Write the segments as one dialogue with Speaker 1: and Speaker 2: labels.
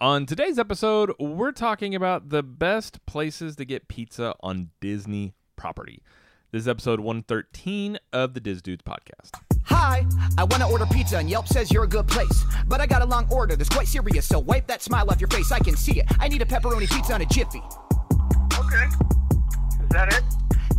Speaker 1: On today's episode, we're talking about the best places to get pizza on Disney property. This is episode 113 of the Diz Dudes podcast.
Speaker 2: Hi, I wanna order pizza and Yelp says you're a good place. But I got a long order that's quite serious, so wipe that smile off your face, I can see it. I need a pepperoni pizza on a jiffy.
Speaker 3: Okay. Is that it?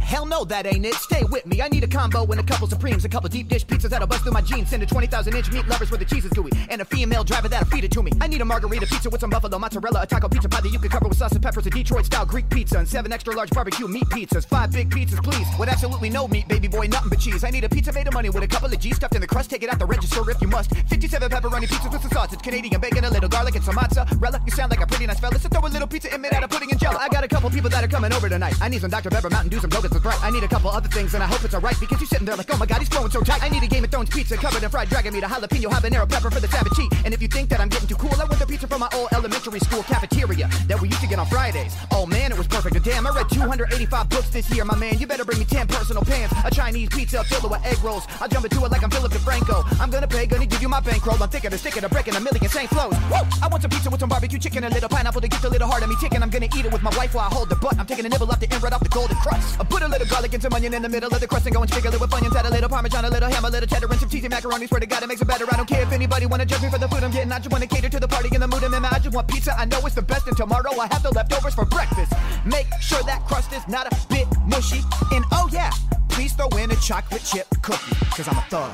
Speaker 2: Hell no, that ain't it. Stay with me. I need a combo and a couple supremes, a couple deep dish pizzas that'll bust through my jeans. Send a 20,000 inch meat lovers where the cheese is gooey, and a female driver that'll feed it to me. I need a margarita pizza with some buffalo mozzarella, a taco pizza pie that you can cover with sauce and peppers, a Detroit style Greek pizza, and seven extra large barbecue meat pizzas. Five big pizzas, please. With absolutely no meat, baby boy, nothing but cheese. I need a pizza made of money with a couple of G's stuffed in the crust. Take it out the register if you must. 57 pepperoni pizzas with some sausage, Canadian bacon, a little garlic, and some mozzarella. You sound like a pretty nice fella, so throw a little pizza in made out of pudding and jello. I got a couple people that are coming over tonight. I need some Dr. Pepper Mountain Dew, some yogurt with right. I need a couple other things, and I hope it's alright because you're sitting there like, oh my god, he's growing so tight. I need a Game of Thrones pizza covered in fried dragon meat, a jalapeno habanero pepper for the savage heat. And if you think that I'm getting too cool, I want the pizza from my old elementary school cafeteria that we used to get on Fridays. Oh man, it was perfect. And damn, I read 285 books this year, my man. You better bring me 10 personal pans, a Chinese pizza filled with egg rolls. I'll jump into it like I'm Philip DeFranco. I'm gonna pay, gonna give you my bankroll. I'm thinking of sticking a brick and a million St. Flows. Woo! I want some pizza with some barbecue chicken, a little pineapple to get a little heart of me chicken. I'm gonna eat it with my wife while I hold the butt. I'm taking a nibble off the end right off the golden crust. I put a little garlic and some onion in the middle of the crust and go and sprinkle it with onions. Add a little parmesan, a little ham, a little cheddar, and some cheesy macaroni. Swear to God, it makes it better. I don't care if anybody wanna judge me for the food I'm getting. I just wanna cater to the party and the mood I'm in. I just want pizza. I know it's the best, and tomorrow I have the leftovers for breakfast. Make sure that crust is not a bit mushy. And oh yeah, please throw in a chocolate chip cookie, cause I'm a thug.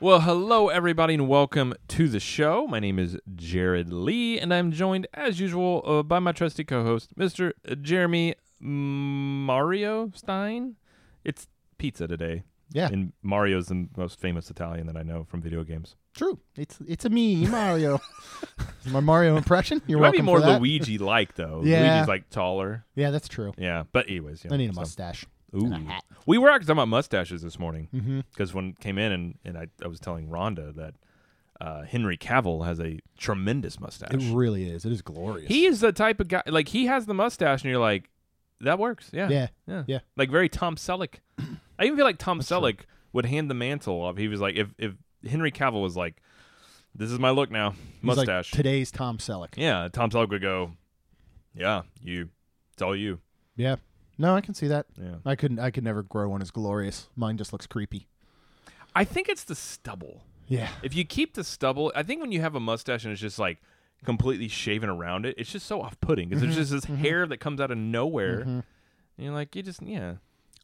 Speaker 1: Well, hello, everybody, and welcome to the show. My name is Jared Lee, and I'm joined, as usual, uh, by my trusty co host, Mr. Jeremy Mario Stein. It's pizza today.
Speaker 4: Yeah.
Speaker 1: And Mario's the most famous Italian that I know from video games.
Speaker 4: True. It's it's a me, Mario. My Mario impression. You're
Speaker 1: It might be
Speaker 4: welcome
Speaker 1: more
Speaker 4: for that.
Speaker 1: Luigi like, though.
Speaker 4: Yeah.
Speaker 1: Luigi's like taller.
Speaker 4: Yeah, that's true.
Speaker 1: Yeah. But, anyways, yeah.
Speaker 4: I need a
Speaker 1: so-
Speaker 4: mustache.
Speaker 1: Ooh. We were actually talking about mustaches this morning
Speaker 4: Mm-hmm.
Speaker 1: because when came in and, and I, I was telling Rhonda that uh, Henry Cavill has a tremendous mustache.
Speaker 4: It really is. It is glorious.
Speaker 1: he is the type of guy like he has the mustache and you're like, that works. Yeah.
Speaker 4: Yeah.
Speaker 1: Yeah.
Speaker 4: Yeah.
Speaker 1: Like very Tom Selleck. I even feel like Tom Selleck would hand the mantle off. He was like if if Henry Cavill was like, This is my look now,
Speaker 4: He's like
Speaker 1: mustache.
Speaker 4: today's Tom Selleck. Yeah.
Speaker 1: yeah, Tom Selleck would go, Yeah, you it's all you.
Speaker 4: No, I can see that.
Speaker 1: Yeah.
Speaker 4: I couldn't. I could never grow one as glorious. Mine just looks creepy.
Speaker 1: I think it's the stubble.
Speaker 4: Yeah.
Speaker 1: If you keep the stubble, I think when you have a mustache and it's just like completely shaven around it, it's just so off putting because
Speaker 4: Mm-hmm.
Speaker 1: there's just this hair that comes out of nowhere. And you're like, you just, yeah.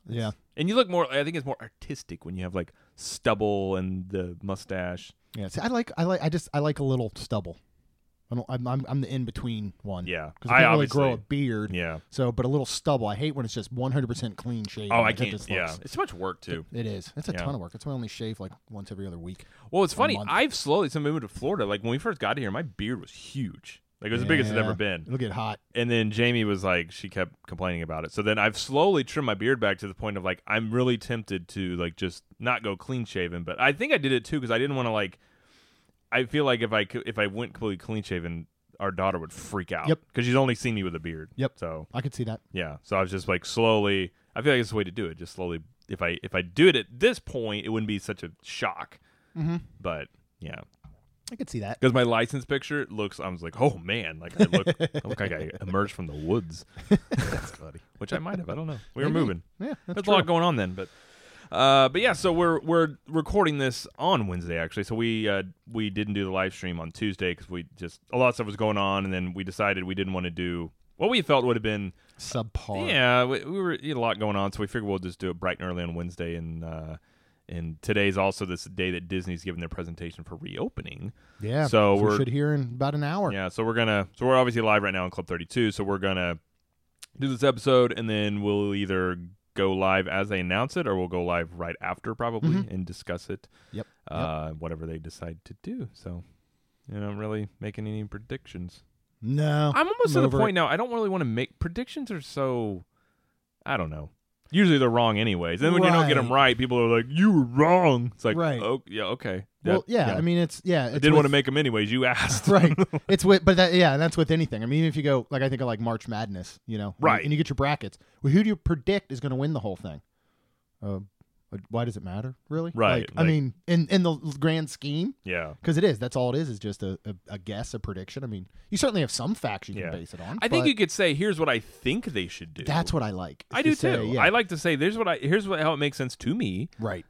Speaker 4: Yeah.
Speaker 1: And you look more, I think it's more artistic when you have like stubble and the mustache.
Speaker 4: Yeah. See, I like. I like. I just. I like a little stubble. I don't. I'm. I'm, I'm the in between one.
Speaker 1: Yeah.
Speaker 4: Because
Speaker 1: I
Speaker 4: I can't really grow a
Speaker 1: obviously-
Speaker 4: beard.
Speaker 1: Yeah.
Speaker 4: So, but a little stubble. I hate when it's just 100% clean shaven.
Speaker 1: Oh, I
Speaker 4: Like, that
Speaker 1: can't.
Speaker 4: just
Speaker 1: yeah.
Speaker 4: looks-
Speaker 1: It's so much work too.
Speaker 4: It is. It's a
Speaker 1: Yeah.
Speaker 4: ton of work. That's why I only shave like once every other week.
Speaker 1: Well, it's funny.
Speaker 4: month.
Speaker 1: I've slowly, since we moved to Florida, like when we first got here, my beard was huge. Like it was the biggest it's
Speaker 4: Yeah.
Speaker 1: ever been.
Speaker 4: It'll get hot.
Speaker 1: and then Jamie was like, she kept complaining about it. So then I've slowly trimmed my beard back to the point of like, I'm really tempted to like just not go clean shaven. But I think I did it too because I didn't want to like. I feel like if I cou- if I went completely clean shaven, our daughter would freak out.
Speaker 4: Yep.
Speaker 1: Because she's only seen me with a beard.
Speaker 4: Yep.
Speaker 1: So
Speaker 4: I could see that.
Speaker 1: yeah. So I was just like slowly. I feel like it's the way to do it. Just slowly. If I if I do it at this point, it wouldn't be such a shock. Mm-hmm. But yeah.
Speaker 4: I could see that.
Speaker 1: Because my license picture looks, I was like, oh man, like I look, I look like I emerged from the woods. that's funny. Which I might have, I don't know. We were moving.
Speaker 4: Yeah, that's
Speaker 1: There's a lot going on then, but, uh, but yeah. So we're we're recording this on Wednesday actually. So we uh, we didn't do the live stream on Tuesday because we just a lot of stuff was going on, and then we decided we didn't want to do what we felt would have been
Speaker 4: subpar.
Speaker 1: yeah, we, we were we had a lot going on, so we figured we'll just do it bright and early on Wednesday. And uh, and today's also this day that Disney's giving their presentation for reopening.
Speaker 4: Yeah.
Speaker 1: So
Speaker 4: we
Speaker 1: we're-
Speaker 4: should hear in about an hour.
Speaker 1: Yeah, so we're gonna so we're obviously live right now in Club Thirty Two. So we're gonna do this episode, and then we'll either go live as they announce it, or we'll go live right after probably and discuss it.
Speaker 4: Yep.
Speaker 1: Uh, whatever they decide to do. So. You know, I'm really making any predictions.
Speaker 4: No.
Speaker 1: I'm almost
Speaker 4: I'm
Speaker 1: to the
Speaker 4: over
Speaker 1: point now. I don't really want to make predictions. Are so, I don't know. Usually they're wrong anyways. Then when you don't get them right, people are like, "You were wrong." It's like,
Speaker 4: Right.
Speaker 1: oh yeah, okay.
Speaker 4: well, yeah, I mean, it's yeah. It's
Speaker 1: I didn't want to
Speaker 4: with-
Speaker 1: make them anyways. You asked,
Speaker 4: right. It's with, but that yeah, and that's with anything. I mean, even if you go like I think of like March Madness, you know, and you-
Speaker 1: Right.
Speaker 4: And you get your brackets. Well, who do you predict is going to win the whole thing? Uh, Like, Why does it matter, really?
Speaker 1: Right,
Speaker 4: Like, I
Speaker 1: like-
Speaker 4: mean, in in the grand scheme,
Speaker 1: Yeah.
Speaker 4: because it is. That's all it is. Is just a, a, a guess, a prediction. I mean, you certainly have some facts you
Speaker 1: Yeah.
Speaker 4: can base it on.
Speaker 1: I think
Speaker 4: but
Speaker 1: you could say, "Here's what I think they should do."
Speaker 4: That's what I like. is
Speaker 1: I
Speaker 4: to
Speaker 1: do
Speaker 4: say,
Speaker 1: too.
Speaker 4: yeah,
Speaker 1: I like to say, "There's what I here's what how it makes sense to me."
Speaker 4: right.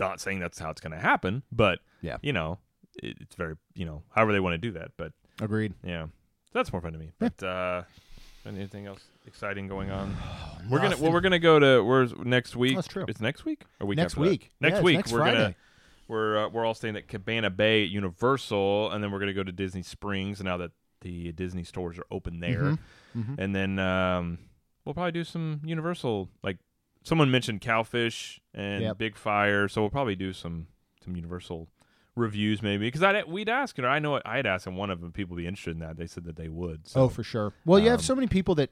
Speaker 1: Not saying that's how it's going to happen, but
Speaker 4: Yeah.
Speaker 1: you know, it, it's very you know however they want to do that. But
Speaker 4: Agreed.
Speaker 1: yeah, that's more fun to me. But uh, anything else exciting going on? we're gonna well,
Speaker 4: Oh, nothing. Oh,
Speaker 1: we're gonna go to where's next week.
Speaker 4: That's true.
Speaker 1: It's next week or week
Speaker 4: Next
Speaker 1: after that?
Speaker 4: week.
Speaker 1: Next
Speaker 4: Yeah, it's
Speaker 1: week
Speaker 4: next
Speaker 1: we're gonna
Speaker 4: Friday.
Speaker 1: we're uh, we're all staying at Cabana Bay at Universal, and then we're gonna go to Disney Springs now that the Disney stores are open there,
Speaker 4: Mm-hmm.
Speaker 1: and then um, we'll probably do some Universal. Like someone mentioned Cowfish and
Speaker 4: Yep.
Speaker 1: Big Fire, so we'll probably do some some Universal reviews maybe because I we'd ask you know I know I had asked and one of them people would be interested in that they said that they would so
Speaker 4: Oh, for sure. Well, you have so many people that,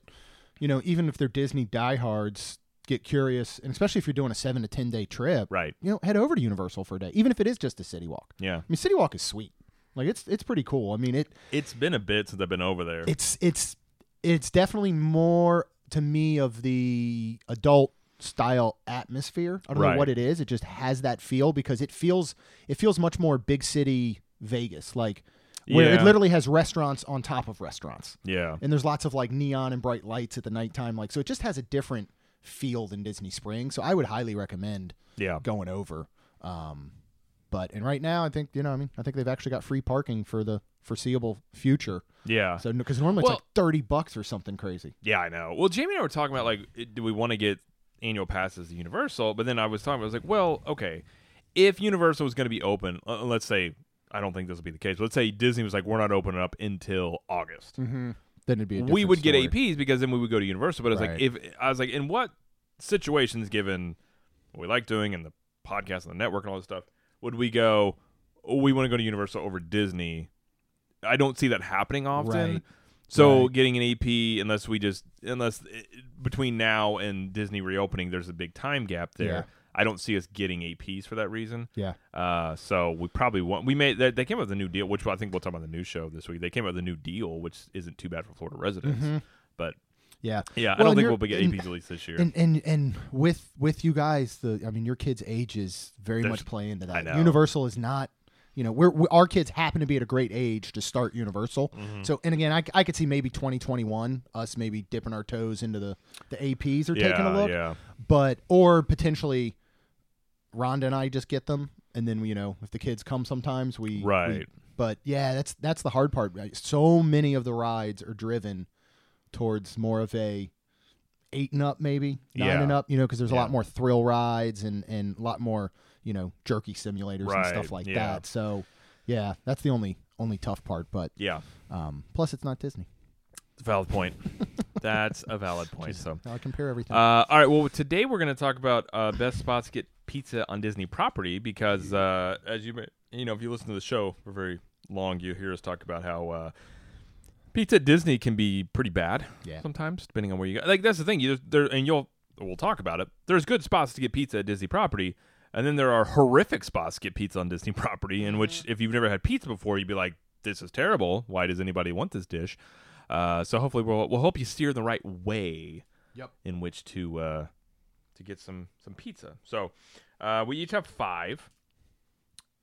Speaker 4: you know, even if they're Disney diehards, get curious, and especially if you're doing a seven to ten day trip,
Speaker 1: right
Speaker 4: You know, head over to Universal for a day, even if it is just a city walk.
Speaker 1: yeah
Speaker 4: I mean, city walk is sweet. Like it's it's pretty cool. I mean, it
Speaker 1: it's been a bit since I've been over there
Speaker 4: it's it's it's definitely more to me of the adult style atmosphere. I don't
Speaker 1: Right.
Speaker 4: know what it is. It just has that feel because it feels it feels much more big city Vegas, like where
Speaker 1: Yeah.
Speaker 4: it literally has restaurants on top of restaurants.
Speaker 1: yeah
Speaker 4: And there's lots of like neon and bright lights at the nighttime like so it just has a different feel than Disney Springs. So I would highly recommend
Speaker 1: yeah
Speaker 4: going over. Um, but and right now, I think you know, what I mean, I think they've actually got free parking for the foreseeable future.
Speaker 1: yeah
Speaker 4: So because normally
Speaker 1: Well-
Speaker 4: it's like thirty bucks or something crazy.
Speaker 1: Yeah, I know. Well, Jamie and I were talking about like, it- do we want to get annual passes to Universal? But then I was talking, I was like, well, okay, if Universal was going to be open, uh, let's say, I don't think this will be the case. But let's say Disney was like, we're not opening up until August.
Speaker 4: Then it'd be a
Speaker 1: We would get
Speaker 4: different
Speaker 1: APs because then we would go to Universal. But I was like,
Speaker 4: Right.
Speaker 1: if I was like, in what situations, given what we like doing and the podcast and the network and all this stuff, would we go? Oh, we want to go to Universal over Disney. I don't see that happening often.
Speaker 4: Right.
Speaker 1: So
Speaker 4: Right.
Speaker 1: getting an AP, unless we just unless eh, between now and Disney reopening, there's a big time gap there.
Speaker 4: Yeah.
Speaker 1: I don't see us getting APs for that reason.
Speaker 4: Yeah.
Speaker 1: Uh, so we probably want we made they, they came up with a new deal, which I think we'll talk about on the new show this week. They came up with a new deal, which isn't too bad for Florida residents, but yeah, I
Speaker 4: Yeah, Mm-hmm. Well,
Speaker 1: don't
Speaker 4: and
Speaker 1: think
Speaker 4: you're-
Speaker 1: we'll get
Speaker 4: and-
Speaker 1: APs at least this year.
Speaker 4: And and and with with you guys, the I mean, your kids' age is very
Speaker 1: There's-
Speaker 4: much play into that.
Speaker 1: I know.
Speaker 4: Universal is not. You know, we're, we, our kids happen to be at a great age to start Universal.
Speaker 1: Mm-hmm.
Speaker 4: So, and again, I, I could see maybe 2021, us maybe dipping our toes into the, the APs or
Speaker 1: yeah,
Speaker 4: taking a look.
Speaker 1: yeah,
Speaker 4: but or potentially Rhonda and I just get them and then you know if the kids come sometimes we we-
Speaker 1: Right.
Speaker 4: but yeah that's that's the hard part right? so many of the rides are driven towards more of a eight and up maybe nine
Speaker 1: Yeah.
Speaker 4: and up you know because there's a
Speaker 1: Yeah.
Speaker 4: lot more thrill rides and and a lot more you know jerky simulators and
Speaker 1: Right,
Speaker 4: stuff like
Speaker 1: yeah.
Speaker 4: that so yeah that's the only only tough part but
Speaker 1: yeah.
Speaker 4: um plus it's not Disney
Speaker 1: Valid point. That's a valid point. So
Speaker 4: I compare everything
Speaker 1: Uh, all right. Well, today we're going to talk about uh, best spots to get pizza on Disney property because, uh, as you may- you know, if you listen to the show for very long, you hear us talk about how uh, pizza at Disney can be pretty bad.
Speaker 4: Yeah.
Speaker 1: Sometimes, depending on where you go. Like that's the thing. You there, and you'll we'll talk about it. There's good spots to get pizza at Disney property. And then there are horrific spots to get pizza on Disney property, in which if you've never had pizza before, you'd be like, "This is terrible. Why does anybody want this dish?" Uh, so hopefully, we'll we'll help you steer the right way in which to uh, to get some some pizza. So uh, we each have five,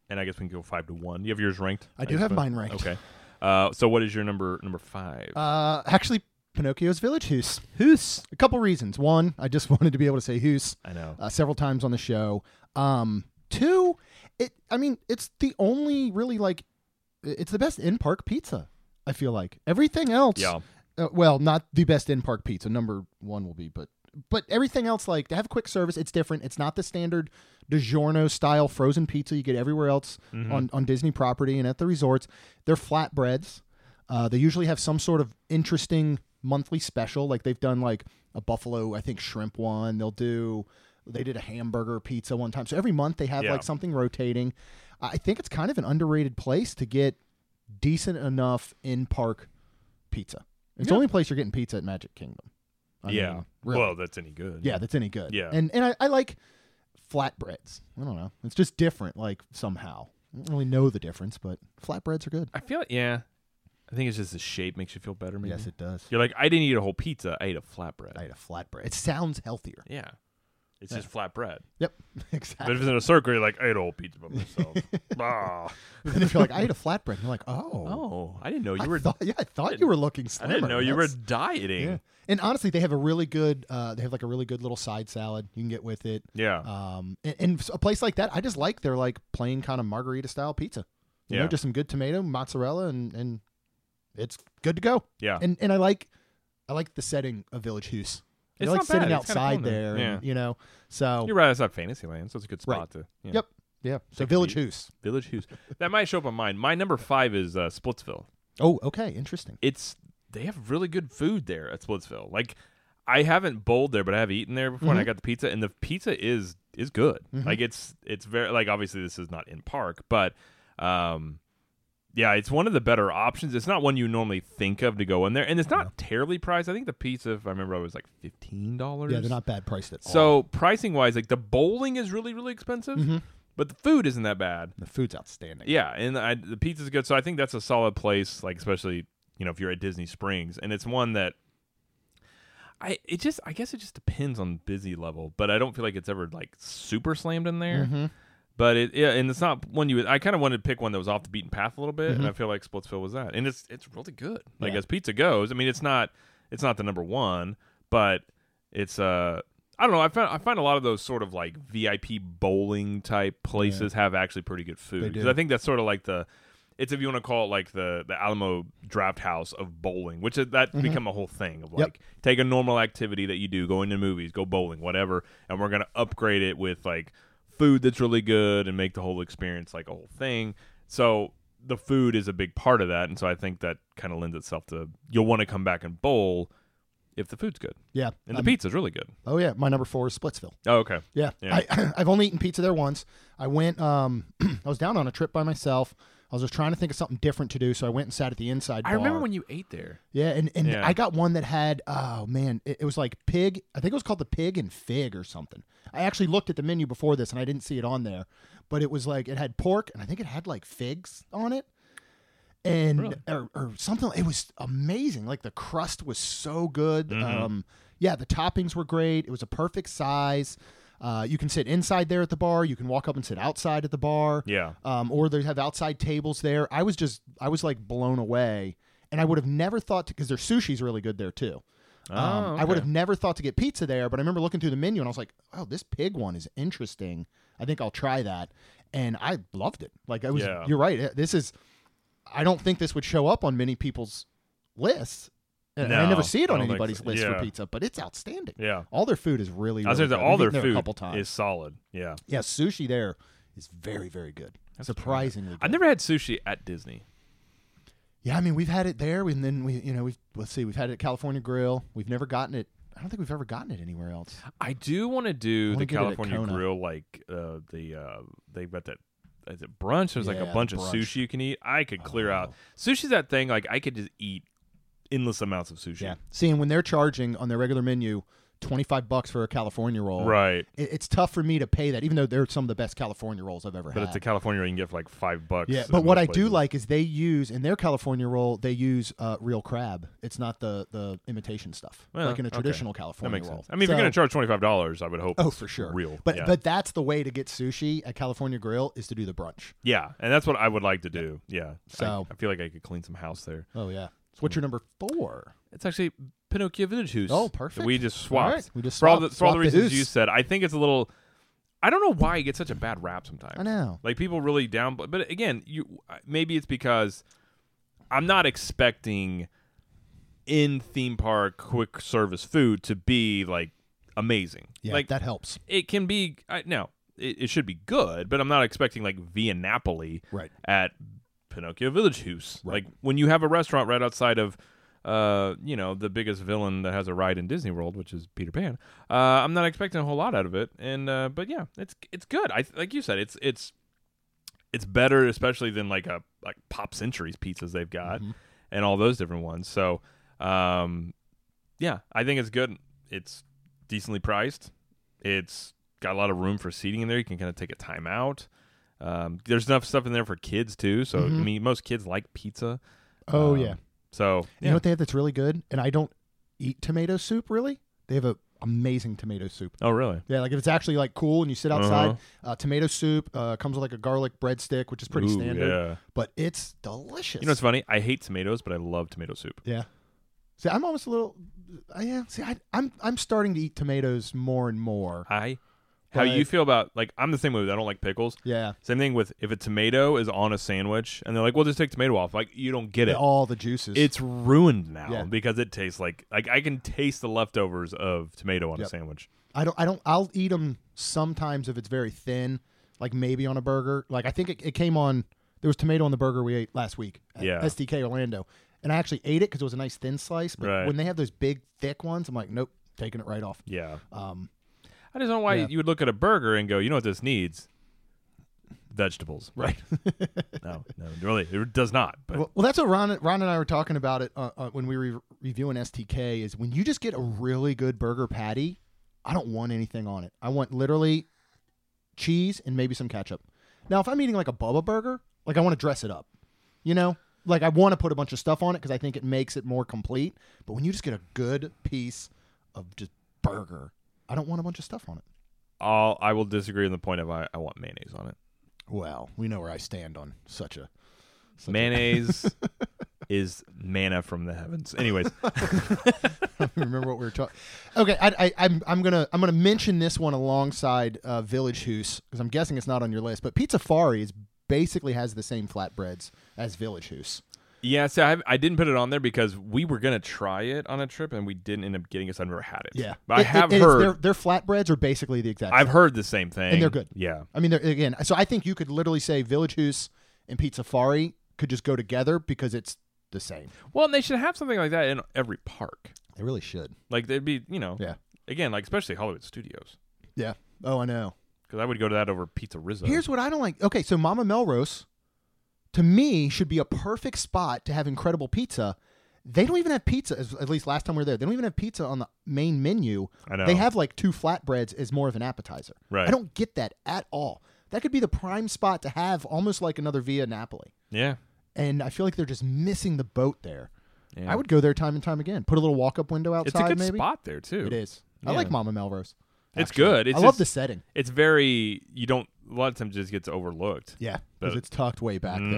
Speaker 1: and I guess we can go five to one. You have yours ranked.
Speaker 4: I do have
Speaker 1: suppose?
Speaker 4: mine ranked
Speaker 1: Okay. Uh, so what is your number number five?
Speaker 4: Uh, actually, Pinocchio's Village Hoose. Hoose. A couple reasons. One, I just wanted to be able to say Hoose
Speaker 1: I know.
Speaker 4: uh, several times on the show. Um, two, it. I mean, it's the only really like, it's the best in park pizza. I feel like everything else.
Speaker 1: Yeah.
Speaker 4: Uh, well, not the best in park pizza. Number one will be, but but everything else like to have quick service. It's different. It's not the standard DiGiorno style frozen pizza you get everywhere else on on Disney property and at the resorts. They're flatbreads. Uh, they usually have some sort of interesting monthly special. Like they've done like a buffalo, I think shrimp one. They'll do. They did a hamburger pizza one time. So every month they have
Speaker 1: Yeah.
Speaker 4: like something rotating. I think it's kind of an underrated place to get decent enough in park pizza. It's the only place you're getting pizza at Magic Kingdom. I
Speaker 1: yeah.
Speaker 4: mean, really.
Speaker 1: Well, that's any good.
Speaker 4: yeah, that's any good.
Speaker 1: Yeah.
Speaker 4: and and I, I like flatbreads. I don't know. It's just different, like somehow. I don't really know the difference, but flatbreads are good.
Speaker 1: I feel. Yeah. I think it's just the shape makes you feel better. Maybe.
Speaker 4: Yes, it does.
Speaker 1: You're like I didn't eat a whole pizza. I ate a flatbread.
Speaker 4: I ate a flatbread. It sounds healthier.
Speaker 1: yeah. It's just flat bread.
Speaker 4: Yep, exactly.
Speaker 1: But if it's in a circle, you're like, I ate a whole pizza by myself. ah.
Speaker 4: and if you're like, I ate a flatbread, and you're like, oh,
Speaker 1: Oh, I didn't know
Speaker 4: I
Speaker 1: you were.
Speaker 4: thought, yeah, I thought you were looking
Speaker 1: I
Speaker 4: slimmer.
Speaker 1: didn't know you were
Speaker 4: That's-
Speaker 1: dieting.
Speaker 4: Yeah. And honestly, they have a really good. Uh, they have like a really good little side salad you can get with it.
Speaker 1: Yeah.
Speaker 4: Um, and, and a place like that, I just like their like plain kind of margarita style pizza. You
Speaker 1: Yeah.
Speaker 4: know, just some good tomato, mozzarella, and and it's good to go.
Speaker 1: Yeah.
Speaker 4: And and I like, I like the setting of Village Hoose. I
Speaker 1: It's
Speaker 4: like
Speaker 1: not
Speaker 4: sitting
Speaker 1: bad. It's kinda
Speaker 4: outside
Speaker 1: cool in there.
Speaker 4: there, and,
Speaker 1: Yeah.
Speaker 4: you know. So
Speaker 1: You're right. It's not Fantasyland, so it's a good spot
Speaker 4: Right.
Speaker 1: to. Yeah.
Speaker 4: yep, yeah. So
Speaker 1: Take a
Speaker 4: Village
Speaker 1: seat.
Speaker 4: Hoose.
Speaker 1: Village Hughes. That might show up on mine. My number five is uh, Splitsville.
Speaker 4: Oh, okay, interesting.
Speaker 1: It's they have really good food there at Splitsville. Like I haven't bowled there, but I have eaten there before,
Speaker 4: Mm-hmm.
Speaker 1: and I got the pizza, and the pizza is is good. Like it's it's very like obviously this is not in park, but um, yeah, it's one of the better options. It's not one you normally think of to go in there, and it's not terribly priced. I think the pizza, if I remember, was like fifteen dollars.
Speaker 4: Yeah, they're not bad priced at all.
Speaker 1: So pricing wise, like the bowling is really really expensive, but the food isn't that bad.
Speaker 4: the food's outstanding.
Speaker 1: Yeah, and I, the pizza's good, so I think that's a solid place. Like especially you know if you're at Disney Springs, and it's one that I it just I guess it just depends on busy level, but I don't feel like it's ever like super slammed in there. But it yeah, and it's not one you. would- I kind of wanted to pick one that was off the beaten path a little bit, and I feel like Splitsville was that, and it's it's really good. Like
Speaker 4: Yeah.
Speaker 1: as pizza goes, I mean it's not it's not the number one, but it's uh I don't know. I find I find a lot of those sort of like VIP bowling type places have actually pretty good food
Speaker 4: They
Speaker 1: because
Speaker 4: do.
Speaker 1: I think that's sort of like the it's if you want to call it like the the Alamo Draft House of bowling, which is, that's
Speaker 4: Mm-hmm.
Speaker 1: become a whole thing of like take a normal activity that you do, go into movies, go bowling, whatever, and we're gonna upgrade it with like food that's really good and make the whole experience like a whole thing. So the food is a big part of that, and so I think that kind of lends itself to you'll want to come back and bowl if the food's good
Speaker 4: yeah.
Speaker 1: and
Speaker 4: I'm-
Speaker 1: the pizza's really good.
Speaker 4: Oh yeah, my number four is Splitsville.
Speaker 1: Oh, okay.
Speaker 4: Yeah,
Speaker 1: Yeah.
Speaker 4: I, I've only eaten pizza there once. I went. Um, I was down on a trip by myself. I was just trying to think of something different to do, so I went and sat at the inside.
Speaker 1: I remember
Speaker 4: bar.
Speaker 1: when you ate there.
Speaker 4: Yeah, and, and
Speaker 1: Yeah.
Speaker 4: I got one that had oh man, it, it was like pig. I think it was called the pig and fig or something. I actually looked at the menu before this and I didn't see it on there, but it was like it had pork and I think it had like figs on it, and or, or something. It was amazing. Like the crust was so good.
Speaker 1: Mm-hmm.
Speaker 4: Um, yeah, the toppings were great. It was a perfect size. Uh, you can sit inside there at the bar. You can walk up and sit outside at the bar
Speaker 1: Yeah.
Speaker 4: um, or they have outside tables there. I was just, I was like blown away, and I would have never thought to because their sushi's really good there too. Um,
Speaker 1: Oh,
Speaker 4: I would
Speaker 1: okay.
Speaker 4: have never thought to get pizza there, but I remember looking through the menu and I was like, "Wow, this pig one is interesting. I think I'll try that." And I loved it. Like I was,
Speaker 1: Yeah.
Speaker 4: you're right. eh, This is, I don't think this would show up on many people's lists. And I
Speaker 1: No,
Speaker 4: never see it
Speaker 1: I
Speaker 4: on
Speaker 1: don't think
Speaker 4: anybody's
Speaker 1: so.
Speaker 4: list
Speaker 1: Yeah.
Speaker 4: for pizza, but it's outstanding.
Speaker 1: Yeah.
Speaker 4: All their food is really.
Speaker 1: I was
Speaker 4: really
Speaker 1: gonna
Speaker 4: good.
Speaker 1: say all
Speaker 4: We've
Speaker 1: their
Speaker 4: eaten there
Speaker 1: food
Speaker 4: a couple times.
Speaker 1: is solid. Yeah.
Speaker 4: yeah, sushi there is very very good. Surprisingly, good.
Speaker 1: I've never had sushi at Disney.
Speaker 4: Yeah, I mean, we've had it there, and then we, you know, we've let's see, we've had it at California Grill. We've never gotten it. I don't think we've ever gotten it anywhere else.
Speaker 1: I do want to do
Speaker 4: wanna
Speaker 1: the
Speaker 4: get it at
Speaker 1: California
Speaker 4: Kona.
Speaker 1: Grill, like uh, the uh, they've got that. Is it brunch? There's like
Speaker 4: Yeah,
Speaker 1: a bunch of
Speaker 4: brunch. Oh.
Speaker 1: sushi you can eat. I could clear out. Sushi's that thing. Like I could just eat endless amounts of sushi.
Speaker 4: Yeah, seeing when they're charging on their regular menu twenty five bucks for a California roll,
Speaker 1: Right.
Speaker 4: It, it's tough for me to pay that, even though they're some of the best California rolls I've ever
Speaker 1: But
Speaker 4: had.
Speaker 1: it's a California roll you can get for like five bucks.
Speaker 4: yeah,
Speaker 1: at
Speaker 4: but what I
Speaker 1: most
Speaker 4: do
Speaker 1: places.
Speaker 4: like is they use in their California roll they use uh, real crab. It's not the the imitation stuff
Speaker 1: Well,
Speaker 4: like in a
Speaker 1: okay.
Speaker 4: traditional
Speaker 1: that
Speaker 4: California
Speaker 1: makes
Speaker 4: roll.
Speaker 1: sense. I mean, if you're
Speaker 4: So-
Speaker 1: gonna charge twenty five dollars, I would hope.
Speaker 4: oh
Speaker 1: it's
Speaker 4: for sure,
Speaker 1: real.
Speaker 4: But
Speaker 1: yeah.
Speaker 4: but that's the way to get sushi at California Grill is to do the brunch.
Speaker 1: yeah, and that's what I would like to do. Yeah. I-
Speaker 4: So-
Speaker 1: I, feel like I could clean some house there.
Speaker 4: Oh yeah. So what's your number four?
Speaker 1: It's actually Pinocchio Village Hoose.
Speaker 4: Oh, perfect.
Speaker 1: We just
Speaker 4: All
Speaker 1: swapped.
Speaker 4: right, we just
Speaker 1: for all the,
Speaker 4: swapped-
Speaker 1: for all the
Speaker 4: swapped the
Speaker 1: reasons you
Speaker 4: hoose.
Speaker 1: said. I think it's a little. I don't know why it gets such a bad rap sometimes.
Speaker 4: I know.
Speaker 1: Like people really down, but again, you uh, maybe it's because I'm not expecting in theme park quick service food to be like amazing.
Speaker 4: Yeah,
Speaker 1: like
Speaker 4: that helps.
Speaker 1: it can be I, no it, it should be good but i'm not expecting like via napoli
Speaker 4: Right.
Speaker 1: at pinocchio village house like when you have a restaurant right outside of uh you know the biggest villain that has a ride in disney world which is peter pan uh i'm not expecting a whole lot out of it and uh but yeah it's it's good i like you said it's it's it's better especially than like a like pop centuries pizzas they've got and all those different ones so um yeah i think it's good it's decently priced it's got a lot of room for seating in there you can kind of take a time out um, there's enough stuff in there for kids too so i mean most kids like pizza
Speaker 4: Mm-hmm. Oh
Speaker 1: Um,
Speaker 4: yeah.
Speaker 1: so
Speaker 4: You know what they have that's really good? And I don't eat tomato soup really. They have a amazing tomato soup.
Speaker 1: Oh, really?
Speaker 4: Yeah, like if it's actually like cool and you
Speaker 1: Uh-huh.
Speaker 4: sit outside, uh tomato soup uh, comes with like a garlic breadstick, which is pretty
Speaker 1: Ooh,
Speaker 4: standard,
Speaker 1: yeah.
Speaker 4: but it's delicious.
Speaker 1: You know what's funny? I hate tomatoes, but I love tomato soup.
Speaker 4: yeah. See, I'm almost a little. I yeah. See, I, I'm I'm starting to eat tomatoes more and more.
Speaker 1: I. How
Speaker 4: But-
Speaker 1: you feel about like I'm the same way. with I don't like pickles.
Speaker 4: Yeah,
Speaker 1: Same thing with if a tomato is on a sandwich and they're like, "Well, just take tomato off." Like you don't get it.
Speaker 4: all the juices.
Speaker 1: It's ruined now
Speaker 4: Yeah.
Speaker 1: because it tastes like like I can taste the leftovers of tomato on a
Speaker 4: Yep.
Speaker 1: sandwich.
Speaker 4: I don't. I don't. I'll eat them sometimes if it's very thin, like maybe on a burger. Like I think it, it came on. There was tomato on the burger we ate last week. At
Speaker 1: Yeah.
Speaker 4: SDK Orlando, and I actually ate it because it was a nice thin slice. But
Speaker 1: Right.
Speaker 4: when they have those big thick ones, I'm like, nope, taking it right off.
Speaker 1: Yeah.
Speaker 4: Um,
Speaker 1: I just don't know why
Speaker 4: Yeah.
Speaker 1: you would look at a burger and go, you know what this needs? Vegetables. Right. no, no, really, it does not. But
Speaker 4: Well, well, that's what Ron, Ron and I were talking about it uh, uh, when we were reviewing STK. Is when you just get a really good burger patty, I don't want anything on it. I want literally cheese and maybe some ketchup. Now, if I'm eating like a Bubba burger, like I want to dress it up, you know, like I want to put a bunch of stuff on it because I think it makes it more complete. But when you just get a good piece of just burger, I don't want a bunch of stuff on it.
Speaker 1: I'll, I will disagree on the point of I, I want mayonnaise on it.
Speaker 4: Well, we know where I stand on such a such a-
Speaker 1: Mayonnaise is manna from the heavens. Anyways,
Speaker 4: remember what we were talking. Okay, I, I, I'm I'm gonna I'm gonna mention this one alongside uh, Village Hoose because I'm guessing it's not on your list. But Pizza Fari is basically has the same flatbreads as Village Hoose.
Speaker 1: yeah. So I, I didn't put it on there because we were gonna try it on a trip and we didn't end up getting it. So I never had it. but I
Speaker 4: It- it-
Speaker 1: have
Speaker 4: it is-
Speaker 1: heard.
Speaker 4: their, their flatbreads are basically the exact.
Speaker 1: I've
Speaker 4: same.
Speaker 1: heard the same thing,
Speaker 4: they're good.
Speaker 1: Yeah,
Speaker 4: I mean, they're, again, so I think you could literally say Village Hoose and Pizza Fari could just go together because it's the same.
Speaker 1: Well, and they should have something like that in every park.
Speaker 4: They really should.
Speaker 1: Like there'd be, you know,
Speaker 4: Yeah.
Speaker 1: Again, like especially Hollywood Studios,
Speaker 4: Yeah. Oh, I know.
Speaker 1: because I would go to that over Pizza Rizzo.
Speaker 4: Here's what I don't like. Okay, so Mama Melrose, to me, should be a perfect spot to have incredible pizza. They don't even have pizza. as- At least last time we were there, they don't even have pizza on the main menu.
Speaker 1: I know.
Speaker 4: They have like two flatbreads as more of an appetizer.
Speaker 1: Right.
Speaker 4: I don't get that at all. That could be the prime spot to have, almost like another Via Napoli.
Speaker 1: yeah,
Speaker 4: And I feel like they're just missing the boat there.
Speaker 1: Yeah.
Speaker 4: I would go there time and time again. Put a little walk-up window outside.
Speaker 1: it's a good
Speaker 4: maybe
Speaker 1: spot there too.
Speaker 4: it is. I
Speaker 1: Yeah.
Speaker 4: like Mama Melrose.
Speaker 1: It's
Speaker 4: actually.
Speaker 1: good. It's
Speaker 4: I love
Speaker 1: just-
Speaker 4: the setting.
Speaker 1: It's very you don't a lot of times it just gets overlooked.
Speaker 4: Yeah, because
Speaker 1: But-
Speaker 4: it's tucked way back
Speaker 1: Mhm.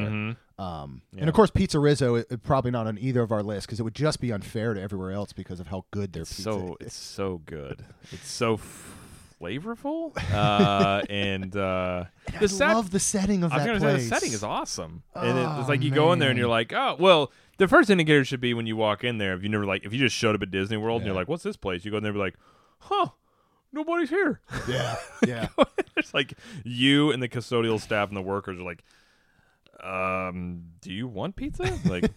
Speaker 4: there. Um,
Speaker 1: Yeah.
Speaker 4: And of course, Pizza Rizzo it, it probably not on either of our lists because it would just be unfair to everywhere else because of how good their pizza.
Speaker 1: So it's so good. It's so f- flavorful. Uh, and uh,
Speaker 4: I
Speaker 1: the set-
Speaker 4: love the setting of
Speaker 1: I was
Speaker 4: that
Speaker 1: gonna
Speaker 4: place.
Speaker 1: say the setting is awesome, and it-
Speaker 4: Oh,
Speaker 1: it's like you go in there and
Speaker 4: man.
Speaker 1: you're like, oh, well, the first indicator should be when you walk in there. If you never like, if you just showed up at Disney World and you're
Speaker 4: Yeah.
Speaker 1: like, what's this place? You go in there and be like, huh, nobody's here.
Speaker 4: Yeah, yeah.
Speaker 1: it's like you and the custodial staff and the workers are like, um, do you want pizza? Like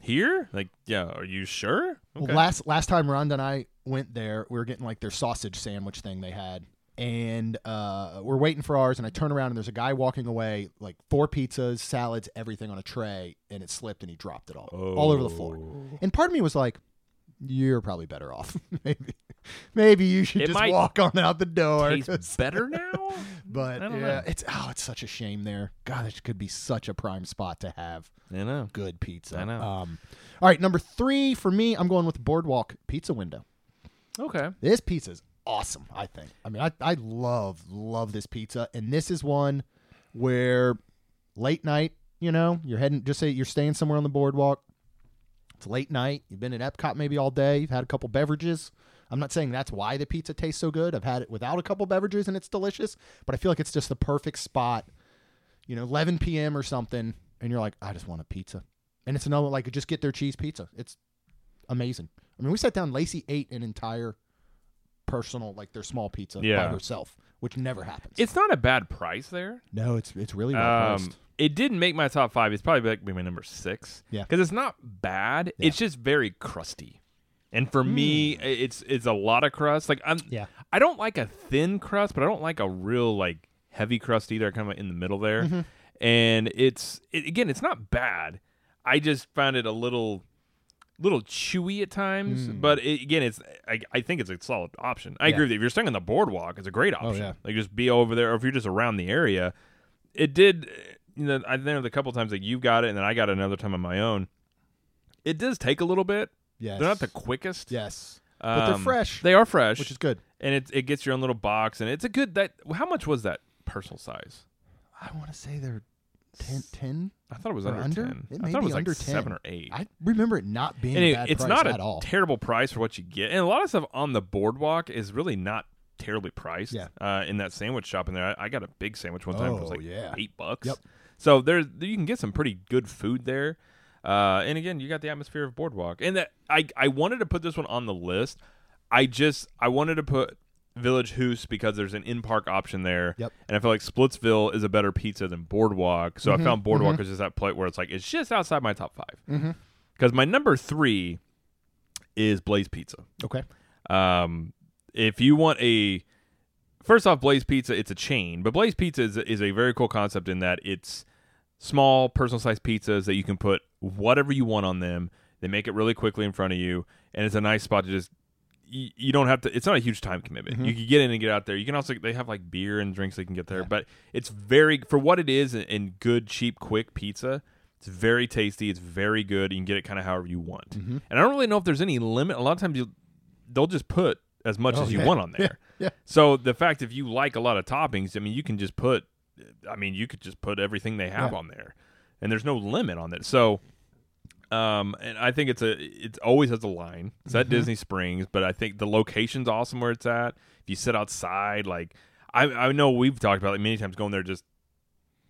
Speaker 1: here? Like yeah? Are you sure?
Speaker 4: Well,
Speaker 1: Okay.
Speaker 4: last last time Rhonda and I went there, we were getting like their sausage sandwich thing they had, and uh, we're waiting for ours. And I turn around and there's a guy walking away, like four pizzas, salads, everything on a tray, and it slipped and he dropped it all all over the floor.
Speaker 1: Oh.
Speaker 4: And part of me was like, "You're probably better off. maybe, maybe you should
Speaker 1: It
Speaker 4: just
Speaker 1: might
Speaker 4: walk on out the door." 'cause-
Speaker 1: Tastes better now.
Speaker 4: But
Speaker 1: I
Speaker 4: yeah,
Speaker 1: don't know.
Speaker 4: it's oh, it's such a shame there. God, it could be such a prime spot to have
Speaker 1: I know.
Speaker 4: good pizza.
Speaker 1: I know.
Speaker 4: Um, all right, number three for me, I'm going with Boardwalk Pizza Window.
Speaker 1: Okay.
Speaker 4: This pizza is awesome. I think. I mean, I I love love this pizza, and this is one where late night, you know, you're heading. Just say you're staying somewhere on the boardwalk. It's late night. You've been at Epcot maybe all day. You've had a couple beverages. I'm not saying that's why the pizza tastes so good. I've had it without a couple beverages and it's delicious, but I feel like it's just the perfect spot you know, 11 p.m. or something, and you're like, I just want a pizza. And it's another, like, just get their cheese pizza. It's amazing. I mean, we sat down, Lacey ate an entire personal, like, their small pizza
Speaker 1: Yeah.
Speaker 4: by herself, which never happens.
Speaker 1: It's not a bad price there.
Speaker 4: no, it's it's really well
Speaker 1: Um,
Speaker 4: priced.
Speaker 1: it didn't make my top five. It's probably like my number six.
Speaker 4: Yeah.
Speaker 1: because it's not bad. It's just very crusty, and for me, i- it's it's a lot of crust. Like I'm,
Speaker 4: Hmm. Yeah.
Speaker 1: I don't like a thin crust, but I don't like a real like heavy crust either. Kind of in the middle there,
Speaker 4: Mm-hmm.
Speaker 1: and it's it, again, it's not bad. I just found it a little little chewy at times,
Speaker 4: Hmm.
Speaker 1: but it, again, it's I, I think it's a solid option. I agree with you. If you're staying on the boardwalk, it's a great option.
Speaker 4: Oh, yeah.
Speaker 1: Like just be over there, or if you're just around the area, it did. uh, You know, I know the couple times that you got it, and then I got it another time on my own. It does take a little bit.
Speaker 4: Yes.
Speaker 1: They're not the quickest.
Speaker 4: Yes. but they're
Speaker 1: Um,
Speaker 4: fresh,
Speaker 1: They are fresh,
Speaker 4: which is good.
Speaker 1: and it it gets your own little box, and it's a good that. How much was that personal size?
Speaker 4: I want to say they're 10, 10?
Speaker 1: I thought it was
Speaker 4: Or
Speaker 1: under,
Speaker 4: under?
Speaker 1: ten.
Speaker 4: It
Speaker 1: I
Speaker 4: may
Speaker 1: thought it
Speaker 4: be
Speaker 1: was
Speaker 4: under
Speaker 1: like
Speaker 4: 10.
Speaker 1: seven or eight.
Speaker 4: I remember it not being
Speaker 1: Anyway,
Speaker 4: a bad
Speaker 1: it's
Speaker 4: price
Speaker 1: not
Speaker 4: at
Speaker 1: a
Speaker 4: all.
Speaker 1: terrible price for what you get, and a lot of stuff on the boardwalk is really not terribly priced.
Speaker 4: Yeah.
Speaker 1: Uh, in that sandwich shop in there, I, I got a big sandwich one time. it was
Speaker 4: Oh,
Speaker 1: like
Speaker 4: yeah.
Speaker 1: eight bucks.
Speaker 4: Yep.
Speaker 1: So there's you can get some pretty good food there. Uh, and again, you got the atmosphere of boardwalk, and that I I wanted to put this one on the list. I just I wanted to put Village Hoos because there's an in park option there.
Speaker 4: Yep.
Speaker 1: And I feel like Splitsville is a better pizza than Boardwalk, so
Speaker 4: Mm-hmm.
Speaker 1: I found Boardwalk is just that point where it's like it's just outside my top 5
Speaker 4: Mm-hmm.
Speaker 1: Because my number three is Blaze Pizza.
Speaker 4: okay.
Speaker 1: Um, if you want a first off, Blaze Pizza, it's a chain, but Blaze Pizza is, is a very cool concept in that it's small personal sized pizzas that you can put whatever you want on them. They make it really quickly in front of you, and it's a nice spot to just. You, you don't have to. It's not a huge time commitment.
Speaker 4: Mm-hmm.
Speaker 1: You can get in and get out there. You can also they have like beer and drinks they can get there, but it's very for what it is and- and good, cheap, quick pizza. It's very tasty. It's very good. You can get it kind of however you want.
Speaker 4: Mm-hmm.
Speaker 1: And I don't really know if there's any limit. A lot of times you they'll just put as much as you
Speaker 4: Oh, yeah.
Speaker 1: want on there.
Speaker 4: Yeah, yeah.
Speaker 1: So the fact if you like a lot of toppings, I mean, you can just put, I mean, you could just put everything they have
Speaker 4: Yeah.
Speaker 1: on there, and there's no limit on that. So, um, and I think it's a, it always has a line. It's at Disney Springs, but I think the location's awesome where it's at. If you sit outside, like I, I know we've talked about it many times, going there just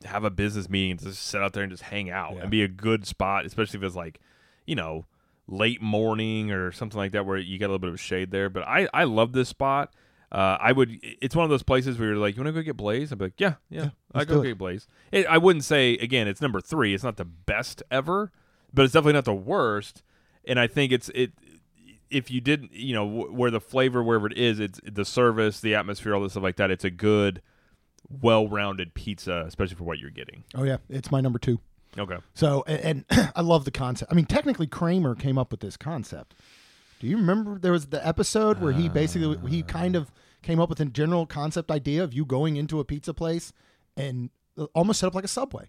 Speaker 1: have a business meeting and just sit out there and just hang out
Speaker 4: Yeah.
Speaker 1: and be a good spot, especially if it's like, you know, late morning or something like that where you get a little bit of shade there. But I, I love this spot. Uh, I would. It's one of those places where you're like, you want to go get Blaze? I'd be like, yeah, yeah, I
Speaker 4: let's
Speaker 1: go
Speaker 4: do it."
Speaker 1: get Blaze. It, I wouldn't say again. It's number three. It's not the best ever, but it's definitely not the worst. And I think it's it. If you didn't, you know, wh- where the flavor, wherever it is, it's the service, the atmosphere, all this stuff like that. It's a good, well-rounded pizza, especially for what you're getting.
Speaker 4: Oh yeah, it's my number two.
Speaker 1: Okay.
Speaker 4: So a- and, and I love the concept. I mean, technically Kramer came up with this concept. Do you remember there was the episode where he basically he kind of came up with a general concept idea of you going into a pizza place and uh, almost set up like a subway.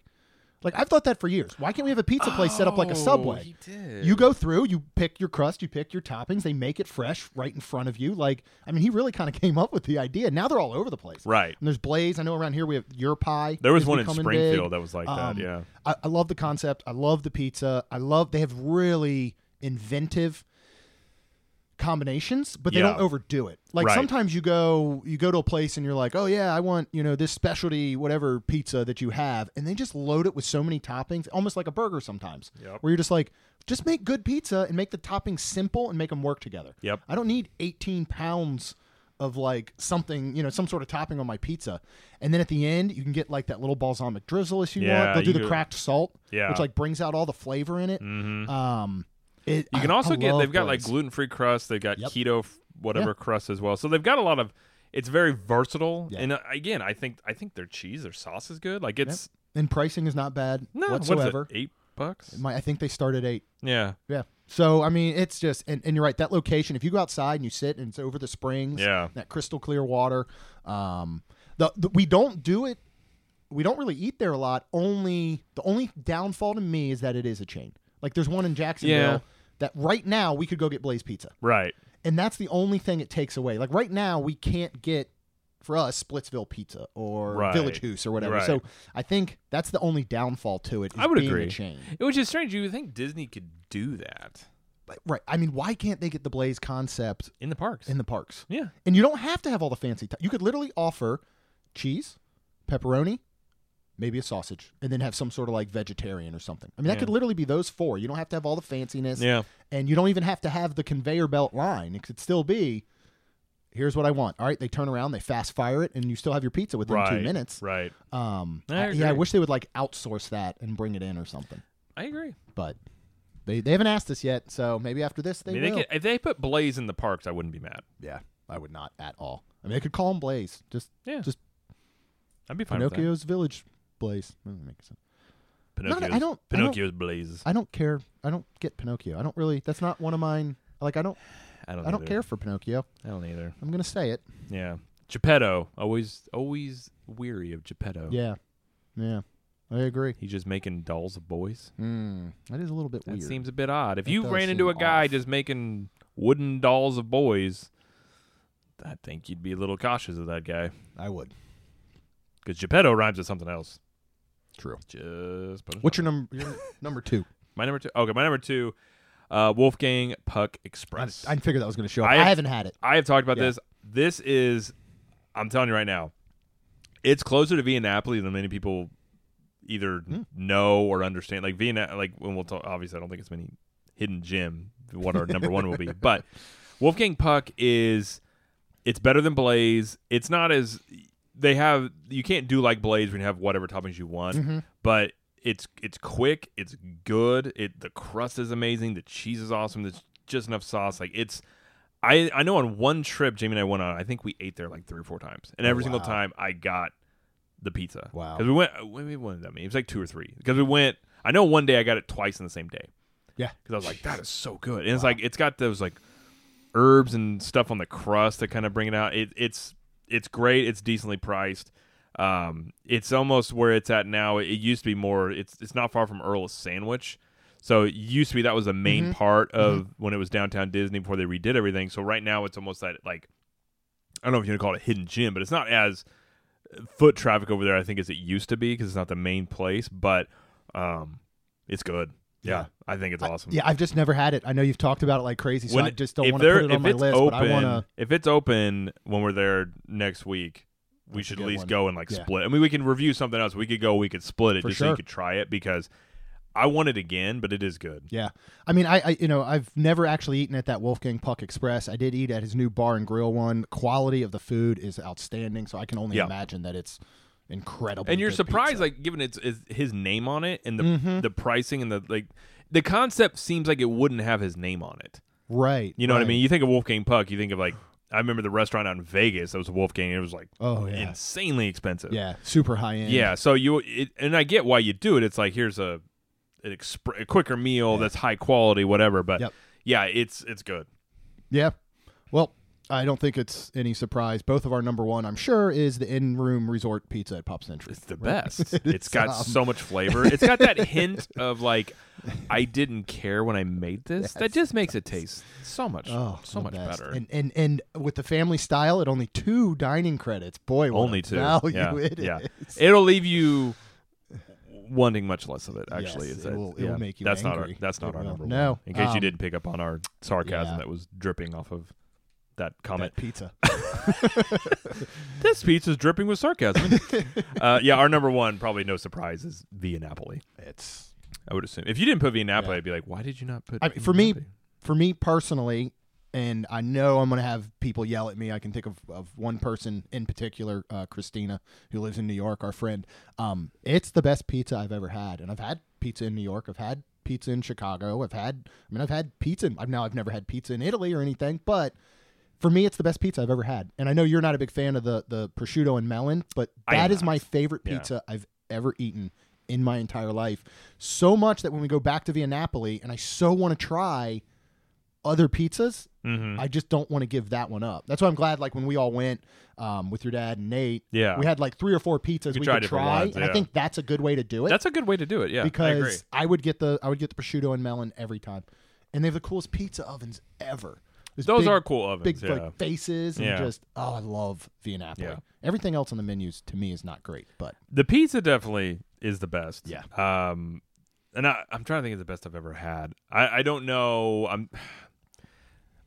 Speaker 4: Like I've thought that for years. Why can't we have a pizza place set up
Speaker 1: Oh,
Speaker 4: like a subway?
Speaker 1: did.
Speaker 4: You go through, you pick your crust, you pick your toppings, they make it fresh right in front of you. Like, I mean, he really kind of came up with the idea. Now they're all over the place.
Speaker 1: Right.
Speaker 4: And there's Blaze. I know around here we have Your Pie.
Speaker 1: There was
Speaker 4: is
Speaker 1: one in
Speaker 4: becoming
Speaker 1: Springfield
Speaker 4: big. Um,
Speaker 1: that was like that, yeah.
Speaker 4: I, I love the concept. I love the pizza. I love they have really inventive combinations, but they don't
Speaker 1: Yeah.
Speaker 4: overdo it. Like
Speaker 1: Right.
Speaker 4: sometimes you go you go to a place and you're like, oh yeah, I want you know this specialty whatever pizza that you have, and they just load it with so many toppings, almost like a burger sometimes,
Speaker 1: Yep.
Speaker 4: where you're just like, just make good pizza and make the toppings simple and make them work together.
Speaker 1: Yep.
Speaker 4: I don't need 18 pounds of like something, you know, some sort of topping on my pizza. And then at the end, you can get like that little balsamic drizzle if you
Speaker 1: Yeah,
Speaker 4: want. They'll
Speaker 1: you
Speaker 4: do the
Speaker 1: could-
Speaker 4: cracked salt,
Speaker 1: Yeah. Mm-hmm.
Speaker 4: which like brings out all the flavor in it. Um, it
Speaker 1: You can
Speaker 4: I-
Speaker 1: also
Speaker 4: I
Speaker 1: get
Speaker 4: love
Speaker 1: they've got like
Speaker 4: Blaze.
Speaker 1: gluten free crust, they've got
Speaker 4: Yep.
Speaker 1: keto f- whatever
Speaker 4: Yeah.
Speaker 1: crust as well. So they've got a lot of it's very versatile.
Speaker 4: Yeah.
Speaker 1: And uh, again, I think I think their cheese, their sauce is good. Like it's
Speaker 4: and pricing is not bad
Speaker 1: no what is it,
Speaker 4: whatsoever.
Speaker 1: eight bucks.
Speaker 4: My, I think they start at eight.
Speaker 1: yeah,
Speaker 4: Yeah. So I mean, it's just and, and you're right. That location, if you go outside and you sit, and it's over the springs,
Speaker 1: Yeah.
Speaker 4: that crystal clear water. Um, the, the we don't do it. We don't really eat there a lot. Only the only downfall to me is that it is a chain. Like there's one in Jacksonville
Speaker 1: Yeah.
Speaker 4: that right now we could go get Blaze Pizza,
Speaker 1: right.
Speaker 4: and that's the only thing it takes away. Like right now we can't get for us Splitsville Pizza or
Speaker 1: Right.
Speaker 4: Village Hoose or whatever.
Speaker 1: Right.
Speaker 4: So I think that's the only downfall to it. Is
Speaker 1: I would
Speaker 4: being
Speaker 1: agree.
Speaker 4: A chain.
Speaker 1: Which is strange. You would think Disney could do that
Speaker 4: But, right. I mean, why can't they get the Blaze concept
Speaker 1: in the parks?
Speaker 4: in the parks.
Speaker 1: yeah,
Speaker 4: And you don't have to have all the fancy. T- you could literally offer cheese, pepperoni, maybe a sausage, and then have some sort of like vegetarian or something. I mean, that
Speaker 1: Yeah.
Speaker 4: could literally be those four. You don't have to have all the fanciness.
Speaker 1: yeah.
Speaker 4: And you don't even have to have the conveyor belt line. It could still be here's what I want. All right. They turn around, they fast fire it, and you still have your pizza within
Speaker 1: Right.
Speaker 4: two minutes.
Speaker 1: Right.
Speaker 4: Um,
Speaker 1: I
Speaker 4: I- yeah, I
Speaker 1: agree.
Speaker 4: wish they would like outsource that and bring it in or something.
Speaker 1: I agree.
Speaker 4: But they, they haven't asked us yet. So maybe after this, they
Speaker 1: I mean,
Speaker 4: will.
Speaker 1: they could- if they put Blaze in the parks, I wouldn't be mad.
Speaker 4: Yeah, I would not at all. I mean, I could call him Blaze. Just
Speaker 1: Yeah.
Speaker 4: just
Speaker 1: I'd be fine with
Speaker 4: Pinocchio's village Blaze. That doesn't make sense.
Speaker 1: that.
Speaker 4: No, no, I
Speaker 1: Pinocchio's,
Speaker 4: don't- I don't-
Speaker 1: Pinocchio's Blaze.
Speaker 4: I don't care. I don't get Pinocchio. I don't really. That's not one of mine. Like I don't.
Speaker 1: I don't.
Speaker 4: I don't
Speaker 1: either.
Speaker 4: care for Pinocchio.
Speaker 1: I don't either.
Speaker 4: I'm gonna say it.
Speaker 1: Yeah. Geppetto. Always, always weary of Geppetto.
Speaker 4: Yeah, yeah. I agree.
Speaker 1: He's just making dolls of boys.
Speaker 4: Mm, that is a little bit
Speaker 1: Hmm. That
Speaker 4: weird.
Speaker 1: seems a bit odd. If
Speaker 4: That
Speaker 1: you
Speaker 4: does
Speaker 1: ran into
Speaker 4: seem
Speaker 1: a guy
Speaker 4: off.
Speaker 1: just making wooden dolls of boys, I think you'd be a little cautious of that guy
Speaker 4: I would.
Speaker 1: because Geppetto rhymes with something else.
Speaker 4: True.
Speaker 1: Just put it
Speaker 4: What's your number? Your number two.
Speaker 1: my number two? Okay, my number two, uh, Wolfgang Puck
Speaker 4: I,
Speaker 1: Express.
Speaker 4: I figured that was going to show up.
Speaker 1: I
Speaker 4: I,
Speaker 1: have-
Speaker 4: haven't had it.
Speaker 1: I have talked about
Speaker 4: Yeah.
Speaker 1: this. This is, I'm telling you right now, it's closer to Via Napoli than many people either know or understand. Like Via, Na- like when we'll talk. Obviously, I don't think it's many hidden gem what our number one will be, but Wolfgang Puck is. It's better than Blaze. It's not as they have. You can't do like Blaze when you have whatever toppings you want, but. It's it's quick, it's good. It the crust is amazing, the cheese is awesome. There's just enough sauce. Like it's I I know on one trip Jamie and I went on. I think we ate there like three or four times, and every single
Speaker 4: wow.
Speaker 1: time I got the pizza.
Speaker 4: Wow.
Speaker 1: Because we went. uh, Maybe one of them. It was like two or three. Because we went. I know one day I got it twice in the same day.
Speaker 4: Yeah.
Speaker 1: Because I was like, that is so good, and it's like it's got those like herbs and stuff on the crust that kind of bring it out. It, it's it's great. It's decently priced. Um, it's almost where it's at now. It used to be more. It's it's not far from Earl's Sandwich. So it used to be that was the main
Speaker 4: Mm-hmm.
Speaker 1: part of when it was downtown Disney before they redid everything. So right now it's almost that like I don't know if you want to call it a hidden gym, but it's not as foot traffic over there. I think as it used to be because it's not the main place, but um, it's good. Yeah,
Speaker 4: Yeah.
Speaker 1: I think it's awesome.
Speaker 4: Yeah, I've just never had it. I know you've talked about it like crazy, so I
Speaker 1: it-
Speaker 4: just don't
Speaker 1: if
Speaker 4: want to
Speaker 1: they're-
Speaker 4: put it
Speaker 1: if
Speaker 4: on my
Speaker 1: it's
Speaker 4: list.
Speaker 1: Open,
Speaker 4: but I want to.
Speaker 1: If it's open when we're there next week, we
Speaker 4: That's a
Speaker 1: should at
Speaker 4: good
Speaker 1: least
Speaker 4: one.
Speaker 1: go and like
Speaker 4: Yeah.
Speaker 1: split. I mean, we can review something else. We could go. We could split it
Speaker 4: For
Speaker 1: just so you
Speaker 4: sure.
Speaker 1: could try it because I want it again, but it is good.
Speaker 4: Yeah, I mean, I, I you know I've never actually eaten at that Wolfgang Puck Express. I did eat at his new bar and grill one. Quality of the food is outstanding, so I can only
Speaker 1: Yeah.
Speaker 4: imagine that it's incredible.
Speaker 1: and you're
Speaker 4: good
Speaker 1: surprised
Speaker 4: pizza. Mm-hmm.
Speaker 1: like given it's, it's his name on it and the the pricing and the like the concept seems like it wouldn't have his name on it
Speaker 4: right?
Speaker 1: you know what i
Speaker 4: right.
Speaker 1: mean you think of wolfgang puck you think of like i remember the restaurant out in vegas that was wolfgang and it was like
Speaker 4: Oh, yeah.
Speaker 1: insanely expensive
Speaker 4: Yeah, super high end.
Speaker 1: yeah so you it, and i get why you do it it's like here's a an exp- a quicker meal that's high quality whatever but
Speaker 4: Yep.
Speaker 1: yeah it's it's good
Speaker 4: Yeah. Well, I don't think it's any surprise. Both of our number one, I'm sure, is the in room resort pizza at Pop Century.
Speaker 1: It's the best. it's got
Speaker 4: um,
Speaker 1: so much flavor. It's got that hint of like, I didn't care when I made this. that just makes it taste so much,
Speaker 4: Oh,
Speaker 1: so
Speaker 4: the
Speaker 1: much
Speaker 4: best.
Speaker 1: better.
Speaker 4: And, and and with the family style, at only two dining credits. Boy, what
Speaker 1: Only
Speaker 4: a
Speaker 1: two.
Speaker 4: value
Speaker 1: yeah,
Speaker 4: it
Speaker 1: yeah.
Speaker 4: is.
Speaker 1: It'll leave you wanting much less of it. Actually,
Speaker 4: Yes,
Speaker 1: It's-
Speaker 4: it
Speaker 1: it's-
Speaker 4: will- it will
Speaker 1: yeah.
Speaker 4: make you
Speaker 1: That's not our,
Speaker 4: angry.
Speaker 1: that's not
Speaker 4: It
Speaker 1: our
Speaker 4: will.
Speaker 1: number one.
Speaker 4: No.
Speaker 1: In case you
Speaker 4: Um,
Speaker 1: didn't pick up on our sarcasm
Speaker 4: yeah.
Speaker 1: that was dripping off of that comment.
Speaker 4: That pizza.
Speaker 1: This pizza's dripping with sarcasm. uh, yeah, our number one, probably no surprise, is Via Napoli.
Speaker 4: It's
Speaker 1: I would assume if you didn't put Via Napoli, I'd be like, why did you not put?
Speaker 4: I mean,
Speaker 1: Via
Speaker 4: for me,
Speaker 1: Napoli?
Speaker 4: for me personally, and I know I'm going to have people yell at me. I can think of, of one person in particular, uh, Christina, who lives in New York, our friend. Um, it's the best pizza I've ever had, and I've had pizza in New York. I've had pizza in Chicago. I've had, I mean, I've had pizza. In, I've now I've never had pizza in Italy or anything, but. For me, it's the best pizza I've ever had, and I know you're not a big fan of the the prosciutto and melon, but
Speaker 1: I am
Speaker 4: that is
Speaker 1: not.
Speaker 4: my favorite
Speaker 1: Yeah.
Speaker 4: pizza I've ever eaten in my entire life. So much that when we go back to Via Napoli, and I so want to try other pizzas,
Speaker 1: Mm-hmm.
Speaker 4: I just don't want to give that one up. That's why I'm glad, like when we all went um, with your dad and Nate,
Speaker 1: Yeah.
Speaker 4: we had like three or four pizzas we
Speaker 1: try
Speaker 4: could
Speaker 1: different
Speaker 4: try,
Speaker 1: ones,
Speaker 4: and
Speaker 1: yeah.
Speaker 4: I think that's a good way to do it
Speaker 1: That's a good way to do it. Yeah, I agree.
Speaker 4: because I, would get the I would get the prosciutto and melon every time, and they have the coolest pizza ovens ever. This
Speaker 1: Those
Speaker 4: big-
Speaker 1: are cool ovens.
Speaker 4: Big
Speaker 1: yeah.
Speaker 4: like faces and
Speaker 1: Yeah.
Speaker 4: just oh, I love Via Napoli.
Speaker 1: Yeah.
Speaker 4: Everything else on the menus to me is not great, but
Speaker 1: the pizza definitely is the best.
Speaker 4: Yeah.
Speaker 1: Um, and I, I'm trying to think of the best I've ever had. I, I don't know. I'm.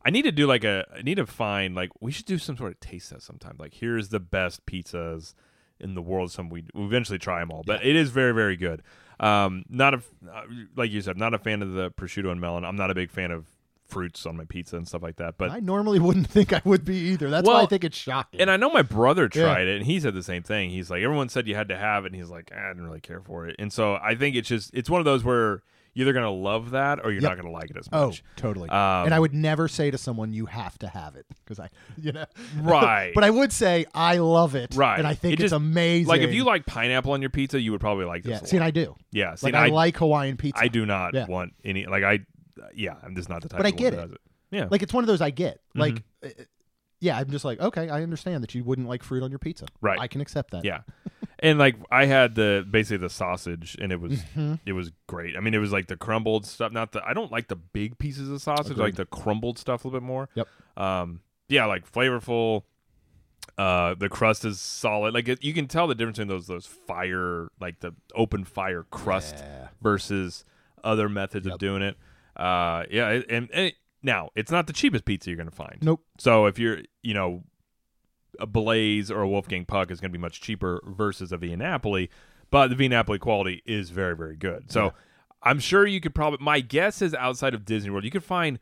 Speaker 1: I need to do like a. I need to find like we should do some sort of taste test sometime. Like here's the best pizzas in the world. Some we we eventually try them all, but it is very very good. Um, not a f- uh, like you said, not a fan of the prosciutto and melon. I'm not a big fan of fruits on my pizza and stuff like that. But
Speaker 4: I normally wouldn't think I would be either. That's why
Speaker 1: Well,
Speaker 4: I think it's shocking.
Speaker 1: And I know my brother tried it, and he said the same thing. He's like, everyone said you had to have it, and he's like, I didn't really care for it. And so I think it's just it's one of those where you're either gonna love that or you're
Speaker 4: Yep.
Speaker 1: not gonna like it as
Speaker 4: oh,
Speaker 1: much.
Speaker 4: totally.
Speaker 1: Um,
Speaker 4: and I would never say to someone you have to have it because I, you know,
Speaker 1: Right.
Speaker 4: but I would say I love it,
Speaker 1: right.
Speaker 4: And I
Speaker 1: It
Speaker 4: think it's
Speaker 1: just-
Speaker 4: amazing.
Speaker 1: Like if you like pineapple on your pizza, you would probably like this.
Speaker 4: yeah.
Speaker 1: a
Speaker 4: See, and
Speaker 1: lot.
Speaker 4: I do.
Speaker 1: yeah. See,
Speaker 4: like
Speaker 1: and
Speaker 4: I,
Speaker 1: I,
Speaker 4: like Hawaiian pizza.
Speaker 1: I do not
Speaker 4: Yeah.
Speaker 1: want any. Like I, yeah, I'm just not the type.
Speaker 4: But I
Speaker 1: of one
Speaker 4: get
Speaker 1: that
Speaker 4: it.
Speaker 1: does it. Yeah.
Speaker 4: Like it's one of those I get.
Speaker 1: Mm-hmm.
Speaker 4: Like, eh, uh, yeah, I'm just like, okay, I understand that you wouldn't like fruit on your pizza.
Speaker 1: Right.
Speaker 4: I can accept that.
Speaker 1: Yeah. and like I had the basically the sausage, and it was
Speaker 4: Mm-hmm.
Speaker 1: it was great. I mean, it was like the crumbled stuff. Not the I don't like the big pieces of sausage. I like the crumbled stuff a little bit more.
Speaker 4: Yep.
Speaker 1: Um. Yeah, like flavorful. Uh, the crust is solid. Like it, you can tell the difference in those those fire, like the open fire crust versus other methods of doing it. Uh, yeah, it- and, and it- now it's not the cheapest pizza you're gonna find.
Speaker 4: Nope.
Speaker 1: So if you're, you know, a Blaze or a Wolfgang Puck is going to be much cheaper versus a Via Napoli, but the Via Napoli quality is very, very good. So I'm sure you could probably, my guess is outside of Disney World, you could find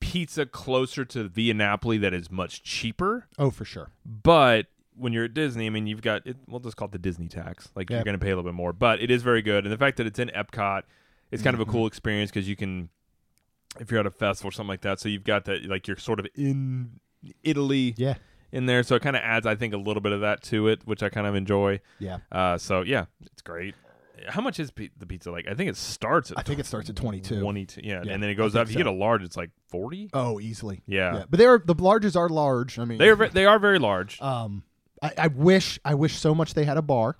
Speaker 1: pizza closer to Via Napoli that is much cheaper.
Speaker 4: Oh, for sure.
Speaker 1: But when you're at Disney, I mean, you've got, it, we'll just call it the Disney tax. Like
Speaker 4: Yeah.
Speaker 1: you're going to pay a little bit more, but it is very good. And the fact that it's in Epcot, it's kind of a
Speaker 4: Mm-hmm.
Speaker 1: cool experience because you can, if you're at a festival or something like that, so you've got that, like you're sort of in Italy
Speaker 4: Yeah.
Speaker 1: in there. So it kind of adds, I think, a little bit of that to it, which I kind of enjoy.
Speaker 4: Yeah.
Speaker 1: Uh, so yeah, it's great. How much is pi- the pizza like? I think it starts at
Speaker 4: I think it starts at 22.
Speaker 1: 22. Yeah,
Speaker 4: Yeah,
Speaker 1: and then it goes
Speaker 4: I
Speaker 1: up.
Speaker 4: think
Speaker 1: If you get
Speaker 4: so.
Speaker 1: a large, it's like 40.
Speaker 4: Oh, easily.
Speaker 1: Yeah.
Speaker 4: But they are the larges are large. I mean,
Speaker 1: They are ve- they are very large.
Speaker 4: Um, I, I wish I wish so much they had a bar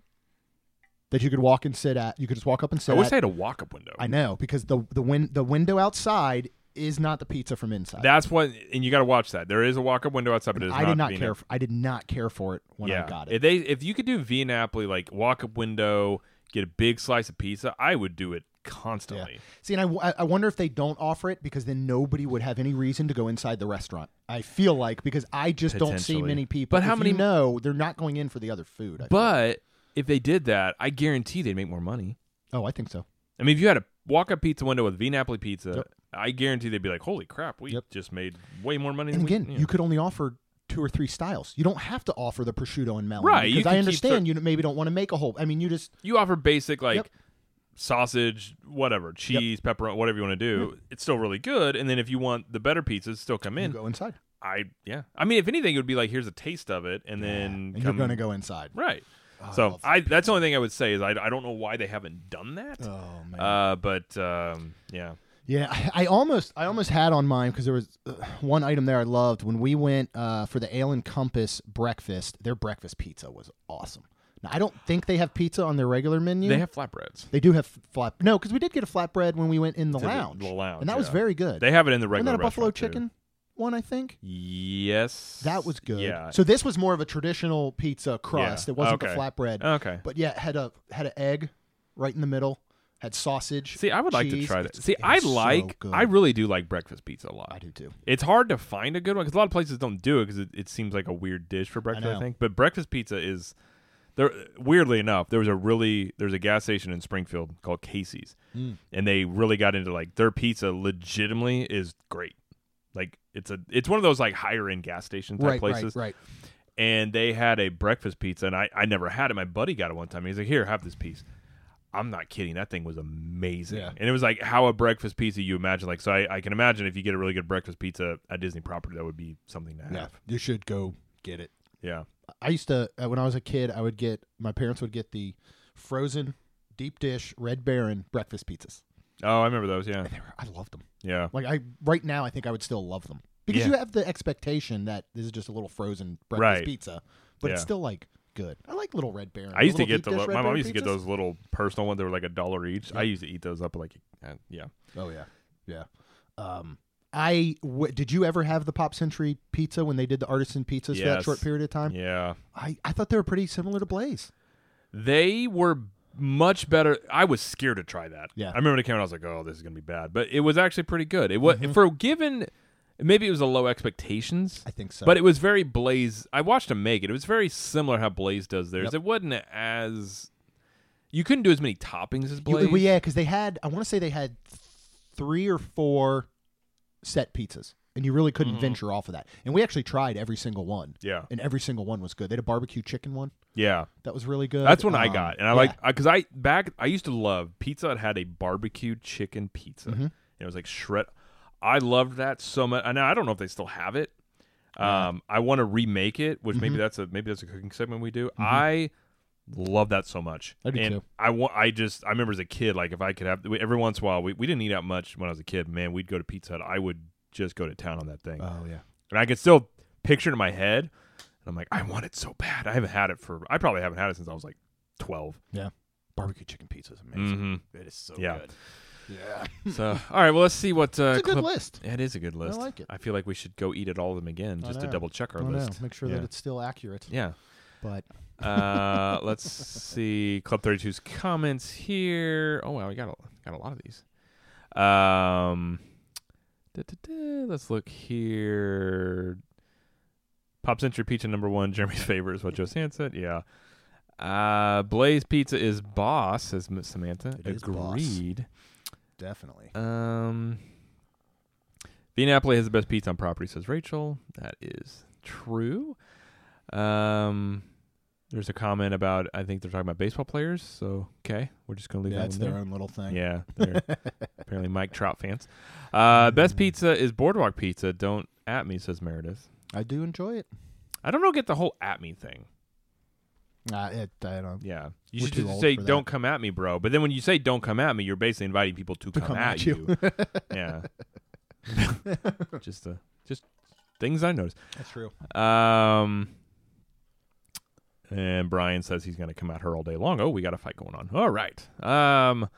Speaker 4: that you could walk and sit at. You could just walk up and
Speaker 1: I
Speaker 4: sit.
Speaker 1: wish
Speaker 4: at.
Speaker 1: they had a walk up window.
Speaker 4: I know because the the win the window outside is not the pizza from inside.
Speaker 1: That's what, and you got to watch that. There is a walk up window outside, but it is
Speaker 4: I did not
Speaker 1: Vina-
Speaker 4: care. For, I did not care for it when
Speaker 1: yeah,
Speaker 4: I got
Speaker 1: if
Speaker 4: it.
Speaker 1: they if you could do Via Napoli like walk up window, get a big slice of pizza, I would do it
Speaker 4: Yeah.
Speaker 1: constantly.
Speaker 4: See, and I, w- I wonder if they don't offer it because then nobody would have any reason to go inside the restaurant. I feel like because I just don't see
Speaker 1: Potentially.
Speaker 4: many people.
Speaker 1: But how
Speaker 4: If you
Speaker 1: many-
Speaker 4: know they're not going in for the other food? I feel.
Speaker 1: But if they did that, I guarantee they'd make more money.
Speaker 4: oh, I think so.
Speaker 1: I mean, if you had a walk up pizza window with V Napoli pizza,
Speaker 4: Yep.
Speaker 1: I guarantee they'd be like, "Holy crap, we
Speaker 4: Yep.
Speaker 1: just made way more money."
Speaker 4: And
Speaker 1: than
Speaker 4: again,
Speaker 1: we,
Speaker 4: you could only offer two or three styles. You don't have to offer the prosciutto and melon.
Speaker 1: Right, you
Speaker 4: Because
Speaker 1: can
Speaker 4: I
Speaker 1: keep
Speaker 4: understand
Speaker 1: certain-
Speaker 4: you maybe don't want to make a whole. I mean, you just
Speaker 1: you offer basic like
Speaker 4: Yep.
Speaker 1: sausage, whatever, cheese, pepperoni, whatever you want to do. It's still really good. And then if you want the better pizzas, still come
Speaker 4: you
Speaker 1: in.
Speaker 4: go inside.
Speaker 1: I yeah. I mean, if anything, it would be like, "Here's a taste of it," and then
Speaker 4: And you're
Speaker 1: come-
Speaker 4: going to go inside.
Speaker 1: right.
Speaker 4: I
Speaker 1: so
Speaker 4: love
Speaker 1: I, that's the only thing I would say is I, I don't know why they haven't done that.
Speaker 4: Oh man.
Speaker 1: uh, but um, yeah,
Speaker 4: Yeah, I, I almost I almost had on mine because there was uh, one item there I loved when we went uh, for the Ale and Compass breakfast. Their breakfast pizza was awesome. Now I don't think they have pizza on their regular menu.
Speaker 1: they have flatbreads.
Speaker 4: They do have flat. No, because we did get a flatbread when we went in the
Speaker 1: To the-
Speaker 4: lounge.
Speaker 1: the lounge,
Speaker 4: and that was
Speaker 1: yeah.
Speaker 4: very good.
Speaker 1: They have it in the
Speaker 4: Wasn't
Speaker 1: regular
Speaker 4: that a buffalo
Speaker 1: restaurant, too.
Speaker 4: chicken one? I think
Speaker 1: Yes,
Speaker 4: that was good.
Speaker 1: Yeah,
Speaker 4: So this was more of a traditional pizza crust.
Speaker 1: Yeah,
Speaker 4: It wasn't
Speaker 1: okay. Uh.
Speaker 4: the flatbread.
Speaker 1: Okay.
Speaker 4: But yeah, it had a had an egg right in the middle. Had sausage.
Speaker 1: See, I would like to
Speaker 4: cheese.
Speaker 1: try that.
Speaker 4: It's-
Speaker 1: See,
Speaker 4: it
Speaker 1: I
Speaker 4: was so
Speaker 1: like,
Speaker 4: good.
Speaker 1: I really do like breakfast pizza a lot.
Speaker 4: I do too.
Speaker 1: It's hard to find a good one because a lot of places don't do it because it, it seems like a weird dish for breakfast. I,
Speaker 4: know.
Speaker 1: think, but breakfast pizza is there. Weirdly enough, there was a really there's a gas station in Springfield called Casey's,
Speaker 4: Mm.
Speaker 1: and they really got into like their pizza. Legitimately, is great. Like it's a it's one of those like higher end gas station type
Speaker 4: Right,
Speaker 1: places.
Speaker 4: right, right.
Speaker 1: and they had a breakfast pizza and I, I never had it my buddy got it one time he's like here have this piece i'm not kidding that thing was amazing
Speaker 4: Yeah.
Speaker 1: and it was like how a breakfast pizza you imagine like so I, I can imagine if you get a really good breakfast pizza at disney property that would be something to have
Speaker 4: Yeah, you should go get it.
Speaker 1: yeah,
Speaker 4: I used to uh, when I was a kid, I would get my parents would get the frozen deep dish Red Baron breakfast pizzas.
Speaker 1: oh i remember those yeah
Speaker 4: They were, I loved them.
Speaker 1: yeah
Speaker 4: Like I right now, I think I would still love them because
Speaker 1: Yeah.
Speaker 4: you have the expectation that this is just a little frozen breakfast
Speaker 1: Right.
Speaker 4: pizza, but it's
Speaker 1: Yeah.
Speaker 4: still like good. I like little Red Baron.
Speaker 1: i used to
Speaker 4: little
Speaker 1: get
Speaker 4: deep
Speaker 1: the
Speaker 4: dish
Speaker 1: li-
Speaker 4: Red
Speaker 1: my mom
Speaker 4: Baron
Speaker 1: used to get
Speaker 4: pizzas.
Speaker 1: those little personal ones that were like a dollar each i used to eat those up like uh, yeah
Speaker 4: Oh yeah, yeah. Um, I w- did you ever have the Pop Century pizza when they did the artisan pizzas for that
Speaker 1: Yes.
Speaker 4: short period of time?
Speaker 1: yeah
Speaker 4: I I thought they were pretty similar to Blaze.
Speaker 1: They were much better. I was scared to try that. I
Speaker 4: Yeah.
Speaker 1: remember when it came out, I was like, "Oh, this is gonna be bad," but it was actually pretty good. It was for given. Maybe it was a low expectations.
Speaker 4: Mm-hmm. I think so.
Speaker 1: But it was very Blaze. I watched him make it. It was very similar how Blaze does theirs.
Speaker 4: Yep.
Speaker 1: It wasn't as you couldn't do as many toppings as
Speaker 4: You-
Speaker 1: Blaze.
Speaker 4: well, yeah, because they had I want to say they had three or four set pizzas, and you really couldn't venture off of that. And we actually tried every single one.
Speaker 1: Mm-hmm. Yeah.
Speaker 4: and every single one was good. They had a barbecue chicken one
Speaker 1: yeah.
Speaker 4: that was really good.
Speaker 1: That's when I
Speaker 4: Um,
Speaker 1: got, and I
Speaker 4: yeah.
Speaker 1: like because I back I used to love pizza. It had a barbecue chicken pizza.
Speaker 4: Mm-hmm.
Speaker 1: And it was like shred. I loved that so much. And I don't know if they still have it. Um, I want to remake it, which
Speaker 4: Mm-hmm.
Speaker 1: maybe that's a maybe that's a cooking segment we do. I love that so much.
Speaker 4: I do
Speaker 1: and
Speaker 4: too.
Speaker 1: I want. I just I remember as a kid, like if I could have we- every once in a while, we, we didn't eat out much when I was a kid. Man, we'd go to Pizza Hut. I would just go to town on that thing
Speaker 4: Oh yeah,
Speaker 1: and I can still picture it in my head. And I'm like, I want it so bad. I haven't had it for. I probably haven't had it since I was like twelve.
Speaker 4: Yeah. Barbecue chicken pizza is amazing.
Speaker 1: Mm-hmm.
Speaker 5: It is so
Speaker 1: Yeah.
Speaker 5: good.
Speaker 4: Yeah.
Speaker 1: So all right, well let's see what. Uh,
Speaker 4: It's a good
Speaker 1: clip-
Speaker 4: list.
Speaker 1: It is a good list.
Speaker 4: like it.
Speaker 1: I feel like we should go eat at all of them again
Speaker 4: I
Speaker 1: just to
Speaker 4: know.
Speaker 1: double check our
Speaker 4: I know.
Speaker 1: list.
Speaker 4: Make sure
Speaker 1: Yeah.
Speaker 4: that it's still accurate.
Speaker 1: Yeah.
Speaker 4: But
Speaker 1: Uh, let's see Club 32's comments here. Oh wow, we got a, got a lot of these. Um, da-da-da, let's look here. Pop Century Pizza number one, Jeremy's favorite is what Joe San said. Yeah. Uh, Blaze Pizza is boss, says Miss Samantha.
Speaker 4: It is boss.
Speaker 1: Agreed.
Speaker 4: definitely.
Speaker 1: Um, Napoli has the best pizza on property, says Rachel. That is true. Um, there's a comment about I think they're talking about baseball players. So okay, we're just gonna leave
Speaker 4: That's
Speaker 1: that one
Speaker 4: their
Speaker 1: there.
Speaker 4: own little thing.
Speaker 1: Yeah, they're apparently Mike Trout fans. Uh, best pizza is Boardwalk Pizza. Don't at me, says Meredith.
Speaker 4: I do enjoy it.
Speaker 1: I don't know, get the whole at me thing.
Speaker 4: Nah, it I don't.
Speaker 1: Yeah, you
Speaker 4: We're
Speaker 1: should
Speaker 4: too
Speaker 1: just
Speaker 4: old
Speaker 1: say
Speaker 4: for that.
Speaker 1: "Don't come at me, bro." But then when you say "Don't come at me," you're basically inviting people to, come, at, you. yeah, just uh, just things I noticed.
Speaker 4: That's true.
Speaker 1: Um, and Brian says he's going to come at her all day long. Oh, we got a fight going on. All right. Um,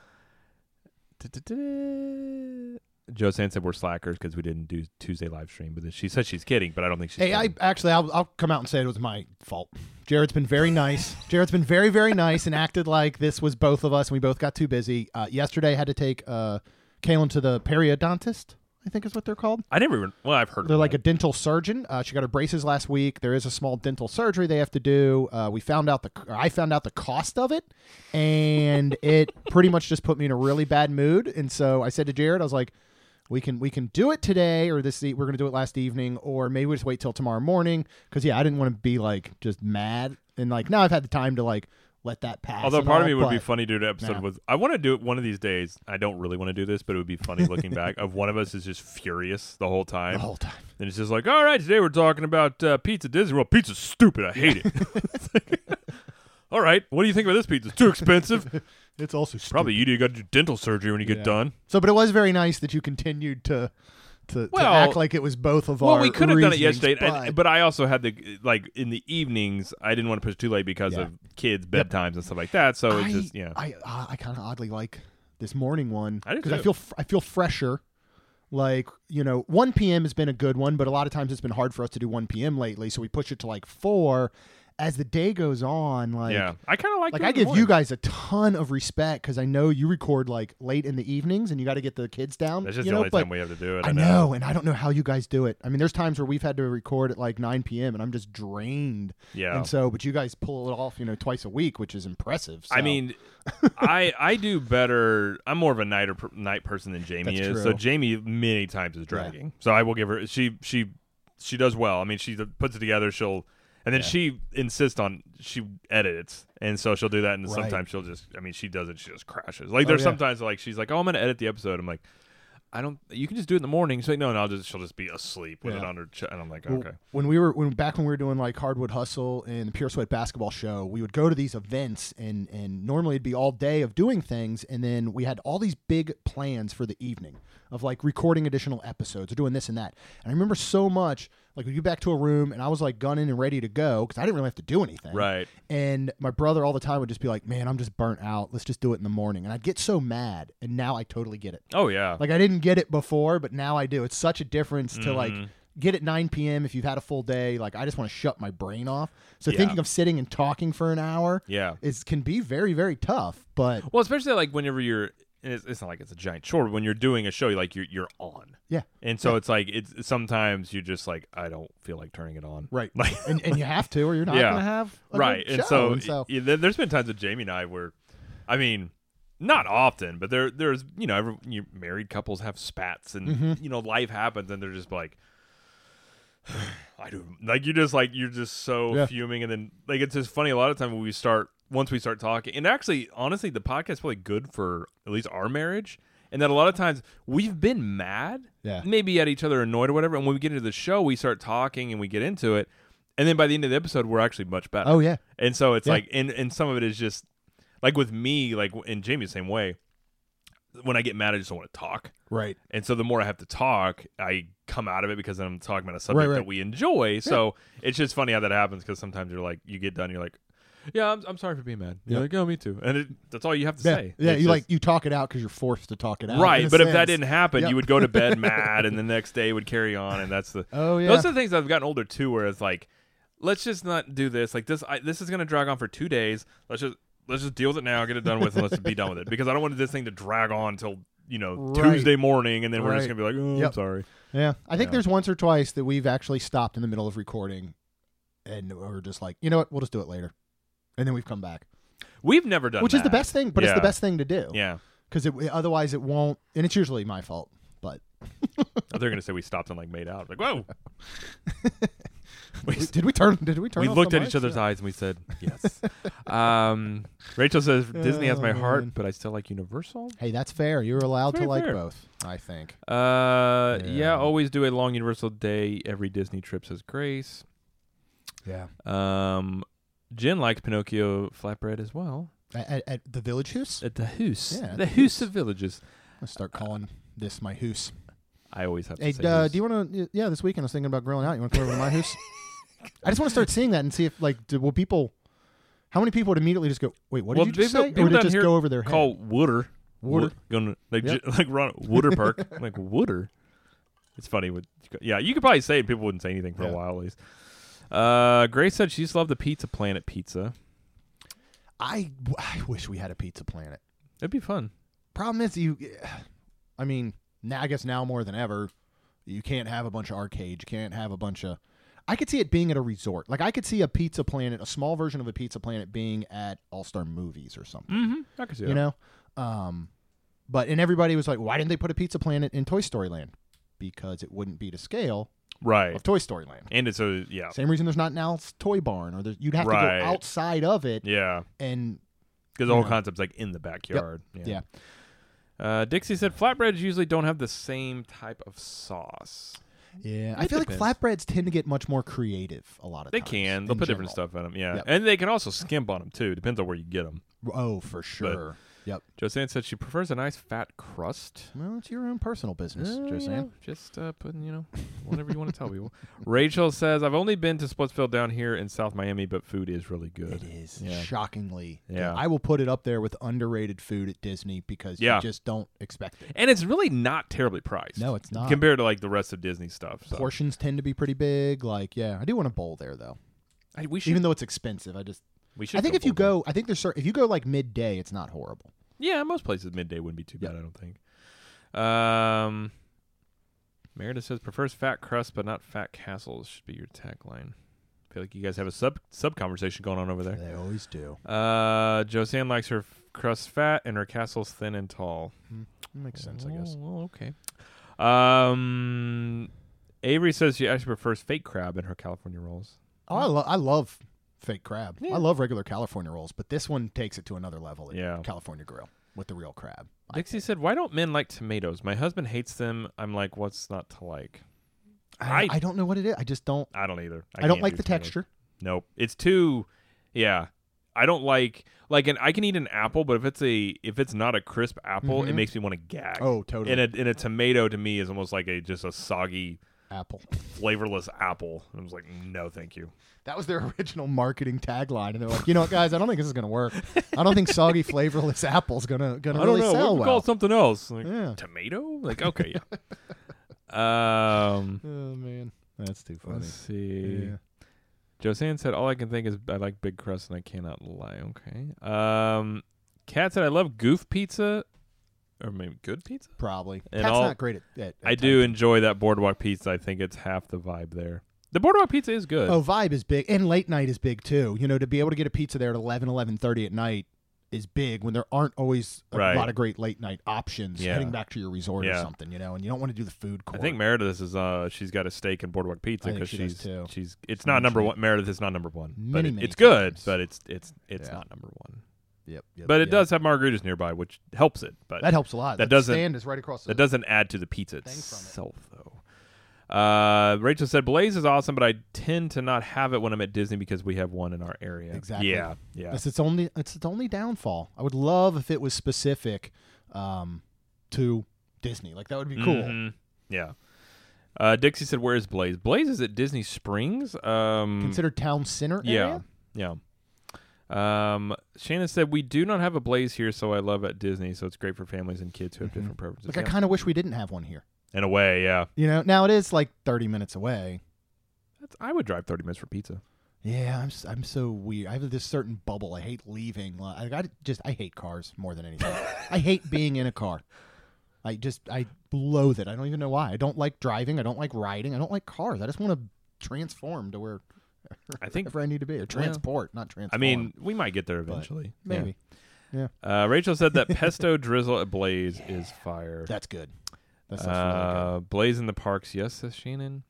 Speaker 1: da-da-da. Joe San said we're slackers because we didn't do Tuesday live stream, but then she said she's kidding, but I don't think she's.
Speaker 4: Hey, I
Speaker 1: kidding.
Speaker 4: actually, I'll, I'll come out and say it was my fault. Jared's been very nice. Jared's been very, very nice and acted like this was both of us and we both got too busy. Uh, yesterday, I had to take uh, Kaylin to the periodontist, I think is what they're called.
Speaker 1: I never even. Well, I've heard.
Speaker 4: They're
Speaker 1: of
Speaker 4: like a
Speaker 1: that.
Speaker 4: dental surgeon. Uh, she got her braces last week. There is a small dental surgery they have to do. Uh, we found out the or I found out the cost of it, and it pretty much just put me in a really bad mood. And so I said to Jared, I was like, "We can we can do it today, or this e- we're gonna do it last evening, or maybe we just wait till tomorrow morning." Because yeah, I didn't want to be like just mad and like now I've had the time to like let that pass.
Speaker 1: Although
Speaker 4: and
Speaker 1: part of
Speaker 4: all,
Speaker 1: me would be
Speaker 4: but-
Speaker 1: funny to do an episode
Speaker 4: nah.
Speaker 1: with. I want to do it one of these days. I don't really want to do this, but it would be funny looking back. Of one of us is just furious the whole time.
Speaker 4: the whole time.
Speaker 1: And it's just like, all right, today we're talking about uh, pizza Disney World. Pizza's stupid. I hate it. It's like, all right, what do you think about this pizza? It's too expensive.
Speaker 4: It's also
Speaker 1: Probably you do got to do dental surgery when you get
Speaker 4: Yeah.
Speaker 1: done.
Speaker 4: So, but it was very nice that you continued to to, to
Speaker 1: Well-
Speaker 4: act like it was both of
Speaker 1: Well,
Speaker 4: our.
Speaker 1: we could have done it
Speaker 4: reasonings,
Speaker 1: yesterday,
Speaker 4: but,
Speaker 1: and- but I also had the like in the evenings. I didn't want to push too late because
Speaker 4: Yeah.
Speaker 1: of kids' bedtimes and stuff like that. So
Speaker 4: I,
Speaker 1: it's just yeah.
Speaker 4: I uh, I kind of oddly like this morning one
Speaker 1: I do
Speaker 4: I
Speaker 1: too.
Speaker 4: feel f- I feel fresher. Like you know, 1 p.m. has been a good one, but a lot of times it's been hard for us to do 1 p.m. lately, so we push it to like four. As the day goes on, like
Speaker 1: yeah, I kind of like.
Speaker 4: like
Speaker 1: doing
Speaker 4: I
Speaker 1: it
Speaker 4: give
Speaker 1: more.
Speaker 4: you guys a ton of respect because I know you record like late in the evenings and you got to get the kids down.
Speaker 1: That's just
Speaker 4: you
Speaker 1: the
Speaker 4: know,
Speaker 1: only
Speaker 4: but
Speaker 1: time we have to do it.
Speaker 4: I know, and I don't know how you guys do it. I mean, there's times where we've had to record at like 9 p.m. and I'm just drained.
Speaker 1: Yeah.
Speaker 4: And so, but you guys pull it off, you know, twice a week, which is impressive.
Speaker 1: I
Speaker 4: so.
Speaker 1: mean, I I do better. I'm more of a nighter per, night person than Jamie
Speaker 4: That's
Speaker 1: is. So
Speaker 4: true.
Speaker 1: Jamie many times is dragging. So I will give her. She she she does well. I mean, she puts it together. She'll and then she insists on she edits, and so she'll do that. And
Speaker 4: Right.
Speaker 1: sometimes she'll just. I mean, she doesn't. She just crashes. Like there's
Speaker 4: yeah.
Speaker 1: sometimes like she's like, oh, I'm gonna edit the episode. I'm like. I don't. You can just do it in the morning. She's like, no, no. I'll just. She'll just be asleep with it
Speaker 4: Yeah.
Speaker 1: on her. chest. and I'm like,
Speaker 4: Well,
Speaker 1: okay.
Speaker 4: When we were when back when we were doing like hardwood hustle and the pure sweat basketball show, we would go to these events and and normally it'd be all day of doing things, and then we had all these big plans for the evening of like recording additional episodes or doing this and that. And I remember so much like we get back to a room and I was like gunning and ready to go because I didn't really have to do anything.
Speaker 1: Right.
Speaker 4: And my brother all the time would just be like, "Man, I'm just burnt out. Let's just do it in the morning." And I'd get so mad, and now I totally get it.
Speaker 1: Oh yeah.
Speaker 4: Like I didn't get it before, but now I do. It's such a difference to like
Speaker 1: Mm-hmm.
Speaker 4: get at 9 p.m. if you've had a full day. Like I just want to shut my brain off. So
Speaker 1: Yeah.
Speaker 4: thinking of sitting and talking for an hour,
Speaker 1: Yeah.
Speaker 4: is can be very very tough. But
Speaker 1: Well, especially like whenever you're, and it's, it's not like it's a giant chore. but When you're doing a show, you like you're you're on,
Speaker 4: yeah,
Speaker 1: and so it's like it's sometimes you're just like I don't feel like turning it on,
Speaker 4: right.
Speaker 1: Like
Speaker 4: and, and you have to, or you're not
Speaker 1: Yeah.
Speaker 4: gonna have a good
Speaker 1: right, and
Speaker 4: show.
Speaker 1: so,
Speaker 4: And so
Speaker 1: y- there- there's been times with Jamie and I where, I mean, not often, but there there's you know every, you married couples have spats and
Speaker 4: Mm-hmm.
Speaker 1: you know life happens and they're just like. I do like you're just like you're just so
Speaker 4: Yeah.
Speaker 1: fuming and then like it's just funny a lot of time when we start once we start talking and actually honestly the podcast is probably good for at least our marriage and that a lot of times we've been mad
Speaker 4: Yeah.
Speaker 1: maybe at each other annoyed or whatever and when we get into the show we start talking and we get into it and then by the end of the episode we're actually much better
Speaker 4: Oh, yeah.
Speaker 1: and so it's
Speaker 4: Yeah.
Speaker 1: like and and some of it is just like with me like and Jamie the same way when I get mad I just don't want to talk
Speaker 4: right,
Speaker 1: and so the more I have to talk, I come out of it because I'm talking about a subject
Speaker 4: right.
Speaker 1: that we enjoy. So it's just funny how that happens because sometimes you're like, you get done, you're like, yeah, I'm, I'm sorry for being mad. You're
Speaker 4: Yeah.
Speaker 1: like, oh, me too. And it, that's all you have to
Speaker 4: Yeah,
Speaker 1: say.
Speaker 4: yeah.
Speaker 1: It's just-
Speaker 4: You like you talk it out because you're forced to talk it out. in
Speaker 1: right.
Speaker 4: a
Speaker 1: But if that
Speaker 4: sense.
Speaker 1: didn't happen,
Speaker 4: Yep.
Speaker 1: you would go to bed mad, and the next day would carry on. And that's the
Speaker 4: Oh, yeah.
Speaker 1: Those are the things I've gotten older too, where it's like, let's just not do this. Like this, I, this is gonna drag on for two days. Let's just let's just deal with it now, get it done with, and let's be done with it because I don't want this thing to drag on until you know
Speaker 4: Right.
Speaker 1: Tuesday morning, and then we're just
Speaker 4: Right.
Speaker 1: gonna be like, oh, I'm
Speaker 4: Yep.
Speaker 1: sorry.
Speaker 4: Yeah, I think
Speaker 1: Yeah.
Speaker 4: there's once or twice that we've actually stopped in the middle of recording, and we're just like, you know what, we'll just do it later, and then we've come back,
Speaker 1: We've never done
Speaker 4: which
Speaker 1: is
Speaker 4: is the best thing. But it's
Speaker 1: Yeah.
Speaker 4: the best thing to do.
Speaker 1: Yeah,
Speaker 4: because otherwise it won't, and it's usually my fault. But
Speaker 1: Oh, they're gonna say we stopped and like made out. Like whoa. we
Speaker 4: did we turn? Did we turn?
Speaker 1: we
Speaker 4: off
Speaker 1: looked
Speaker 4: the
Speaker 1: at each
Speaker 4: mics?
Speaker 1: other's
Speaker 4: Yeah.
Speaker 1: eyes and we said yes. um, Rachel says Disney has my
Speaker 4: Oh,
Speaker 1: heart,
Speaker 4: man.
Speaker 1: but I still like Universal.
Speaker 4: Hey, that's fair. You're allowed to
Speaker 1: Very
Speaker 4: like
Speaker 1: fair.
Speaker 4: both. I think.
Speaker 1: Uh, yeah.
Speaker 4: Yeah.
Speaker 1: Always do a long Universal day. Every Disney trip says Grace.
Speaker 4: Yeah.
Speaker 1: Um, Jen liked Pinocchio flatbread as well
Speaker 4: At, at, at the Village House,
Speaker 1: at the Hoos,
Speaker 4: Yeah,
Speaker 1: the
Speaker 4: the
Speaker 1: Hoos of Villages.
Speaker 4: I'm gonna start calling this my house.
Speaker 1: I always have to
Speaker 4: Hey,
Speaker 1: say.
Speaker 4: uh,
Speaker 1: Hoos.
Speaker 4: do you want to? Yeah, this weekend I was thinking about grilling out. You want to come over to my house? I just want to start seeing that and see if like do, will people. How many people would immediately just go? Wait, what
Speaker 1: Well,
Speaker 4: did you just
Speaker 1: people-
Speaker 4: say?
Speaker 1: people
Speaker 4: Or would it
Speaker 1: down
Speaker 4: just
Speaker 1: here
Speaker 4: go over their head?
Speaker 1: call Wooder?
Speaker 4: Wooder.
Speaker 1: Wood- Gonna like
Speaker 4: Yep.
Speaker 1: j- like run Wooder Park like Wooder. It's funny with yeah. You could probably say it. People wouldn't say anything for a
Speaker 4: Yeah.
Speaker 1: while at least. Uh, Grace said she just loved the Pizza Planet pizza.
Speaker 4: I, w- I wish we had a Pizza Planet.
Speaker 1: It'd be fun.
Speaker 4: Problem is, you. I mean, now I guess now more than ever, you can't have a bunch of arcades. You can't have a bunch of. I could see it being at a resort. Like I could see a Pizza Planet, a small version of a Pizza Planet, being at All Star Movies or something.
Speaker 1: Mm-hmm. I could see
Speaker 4: you
Speaker 1: that.
Speaker 4: know um but and everybody was like why didn't they put a pizza planet in toy story land because it wouldn't be to scale
Speaker 1: right?
Speaker 4: of toy story land
Speaker 1: And it's a yeah,
Speaker 4: same reason there's not an al's toy barn or there's, you'd have
Speaker 1: Right.
Speaker 4: to go outside of it
Speaker 1: yeah.
Speaker 4: and
Speaker 1: Because the whole
Speaker 4: Yeah.
Speaker 1: concept's like in the backyard.
Speaker 4: yeah
Speaker 1: Uh, Dixie said flatbreads usually don't have the same type of sauce.
Speaker 4: yeah i
Speaker 1: It
Speaker 4: feel
Speaker 1: depends.
Speaker 4: like flatbreads tend to get much more creative a lot of
Speaker 1: They
Speaker 4: times
Speaker 1: can. They'll
Speaker 4: in
Speaker 1: put different
Speaker 4: general.
Speaker 1: stuff in them. Yeah.
Speaker 4: Yep.
Speaker 1: And they can also skimp on them too. Depends on where you get them.
Speaker 4: oh for sure yep
Speaker 1: Josanne said she prefers a nice fat crust.
Speaker 4: well it's your own personal business
Speaker 1: Uh,
Speaker 4: just saying
Speaker 1: yeah, just uh, putting, you know, whatever you want to tell people. Rachel says, I've only been to Splitsville down here in South Miami, but food is really good.
Speaker 4: It is
Speaker 1: Yeah.
Speaker 4: shockingly. good.
Speaker 1: Yeah.
Speaker 4: I will put it up there with underrated food at Disney because
Speaker 1: Yeah.
Speaker 4: you just don't expect it.
Speaker 1: And it's really not terribly priced.
Speaker 4: No, it's not.
Speaker 1: Compared to like the rest of Disney stuff. So.
Speaker 4: portions tend to be pretty big. Like, yeah, I do want a bowl there though.
Speaker 1: I, we should,
Speaker 4: Even though it's expensive, I just
Speaker 1: we should
Speaker 4: I think if you
Speaker 1: full-blown.
Speaker 4: go, I think there's certain, if you go like midday, it's not horrible.
Speaker 1: Yeah, most places midday wouldn't be too
Speaker 4: Yeah.
Speaker 1: bad, I don't think. Um Meredith says prefers fat crust but not fat castles should be your tagline. I feel like you guys have a sub sub conversation going on over there.
Speaker 4: They always do.
Speaker 1: Uh Josanne likes her f- crust fat and her castles thin and tall.
Speaker 4: Makes sense, I guess.
Speaker 1: Oh, Well, okay. Um Avery says she actually prefers fake crab in her California rolls.
Speaker 4: Oh, I, lo- I love fake crab.
Speaker 1: Yeah.
Speaker 4: I love regular California rolls, but this one takes it to another level. at
Speaker 1: Yeah.
Speaker 4: California Grill with the real crab. I,
Speaker 1: Dixie said, "Why don't men like tomatoes? My husband hates them. I'm like, what's not to like?
Speaker 4: I,
Speaker 1: I-
Speaker 4: I don't know what it is. I just don't.
Speaker 1: I don't either.
Speaker 4: I, don't
Speaker 1: can't
Speaker 4: like
Speaker 1: do
Speaker 4: the
Speaker 1: tomatoes.
Speaker 4: texture.
Speaker 1: Nope. It's too yeah. I don't like like an I can eat an apple, but if it's a if it's not a crisp apple, it
Speaker 4: Mhm.
Speaker 1: makes me want to gag.
Speaker 4: Oh, totally.
Speaker 1: And a and a tomato to me is almost like a just a soggy,
Speaker 4: Apple.
Speaker 1: flavorless apple. And I was like, no, thank you.
Speaker 4: That was their original marketing tagline, and they're like, you know what, guys, I don't think this is gonna work. I don't think soggy, flavorless apple's gonna gonna
Speaker 1: I don't
Speaker 4: really
Speaker 1: know.
Speaker 4: sell
Speaker 1: we
Speaker 4: well. Hmm?
Speaker 1: call it something else. Like,
Speaker 4: Yeah.
Speaker 1: Tomato? Like okay, yeah. um,
Speaker 4: Oh man, that's too funny.
Speaker 1: let's see.
Speaker 4: Yeah.
Speaker 1: Josanne said, "All I can think is I like big crust, and I cannot lie." Okay. Um, Kat said, "I love goof pizza, or maybe good pizza."
Speaker 4: Probably.
Speaker 1: And
Speaker 4: Cat's
Speaker 1: all-
Speaker 4: not great at. at, at
Speaker 1: I do enjoy that boardwalk pizza. I think it's half the vibe there. The boardwalk pizza is good.
Speaker 4: Oh, vibe is big, and late night is big too. You know, to be able to get a pizza there at 11, 11.30 at night is big when there aren't always a
Speaker 1: Right.
Speaker 4: lot of great late night options
Speaker 1: Yeah.
Speaker 4: heading back to your resort
Speaker 1: Yeah.
Speaker 4: or something. You know, and you don't want to do the food
Speaker 1: I
Speaker 4: court.
Speaker 1: think Meredith is uh she's got a steak in boardwalk pizza
Speaker 4: I think
Speaker 1: because
Speaker 4: she
Speaker 1: she's
Speaker 4: does, too.
Speaker 1: she's it's not number
Speaker 4: mentioned
Speaker 1: one. Meredith is not number one, but
Speaker 4: Many,
Speaker 1: it-
Speaker 4: many
Speaker 1: it's good.
Speaker 4: times.
Speaker 1: But it's it's it's
Speaker 4: Yeah.
Speaker 1: not number one.
Speaker 4: Yep, yep,
Speaker 1: But it
Speaker 4: yep.
Speaker 1: does have margaritas nearby, which helps it. But
Speaker 4: That helps a lot.
Speaker 1: That
Speaker 4: The
Speaker 1: doesn't-
Speaker 4: Stand is right across.
Speaker 1: That
Speaker 4: the,
Speaker 1: doesn't add to the pizza
Speaker 4: Thing from it.
Speaker 1: itself, though. Uh, Rachel said Blaze is awesome, but I tend to not have it when I'm at Disney because we have one in our area.
Speaker 4: Exactly.
Speaker 1: Yeah. Yeah.
Speaker 4: That's its only. It's its only downfall. I would love if it was specific um, to Disney. Like that would be cool.
Speaker 1: Mhm. Yeah. Uh, Dixie said, "Where is Blaze? Blaze is at Disney Springs. Um,
Speaker 4: Considered town center.
Speaker 1: yeah,
Speaker 4: area?
Speaker 1: yeah. Uh, Um, Shannon said, "We do not have a blaze here, so I love at Disney. So it's great for families and kids who have different preferences."
Speaker 4: Like I
Speaker 1: Yeah.
Speaker 4: kind of wish we didn't have one here.
Speaker 1: In a way, yeah.
Speaker 4: You know, now it is like 30 minutes away.
Speaker 1: That's, I would drive 30 minutes for pizza.
Speaker 4: Yeah, I'm s- I'm so weird. I have this certain bubble. I hate leaving. Like, I I just I hate cars more than anything. I hate being in a car. I just I loathe it. I don't even know why. I don't like driving. I don't like riding. I don't like cars. I just want to transform to where
Speaker 1: I think.
Speaker 4: wherever I need to be or transport, not transform.
Speaker 1: I mean, we might get there eventually. Yeah.
Speaker 4: maybe
Speaker 1: Uh, Rachel said that pesto drizzle at Blaze is fire.
Speaker 4: that's good. That sounds really
Speaker 1: Uh, Blaze in the parks, yes, says Shannon.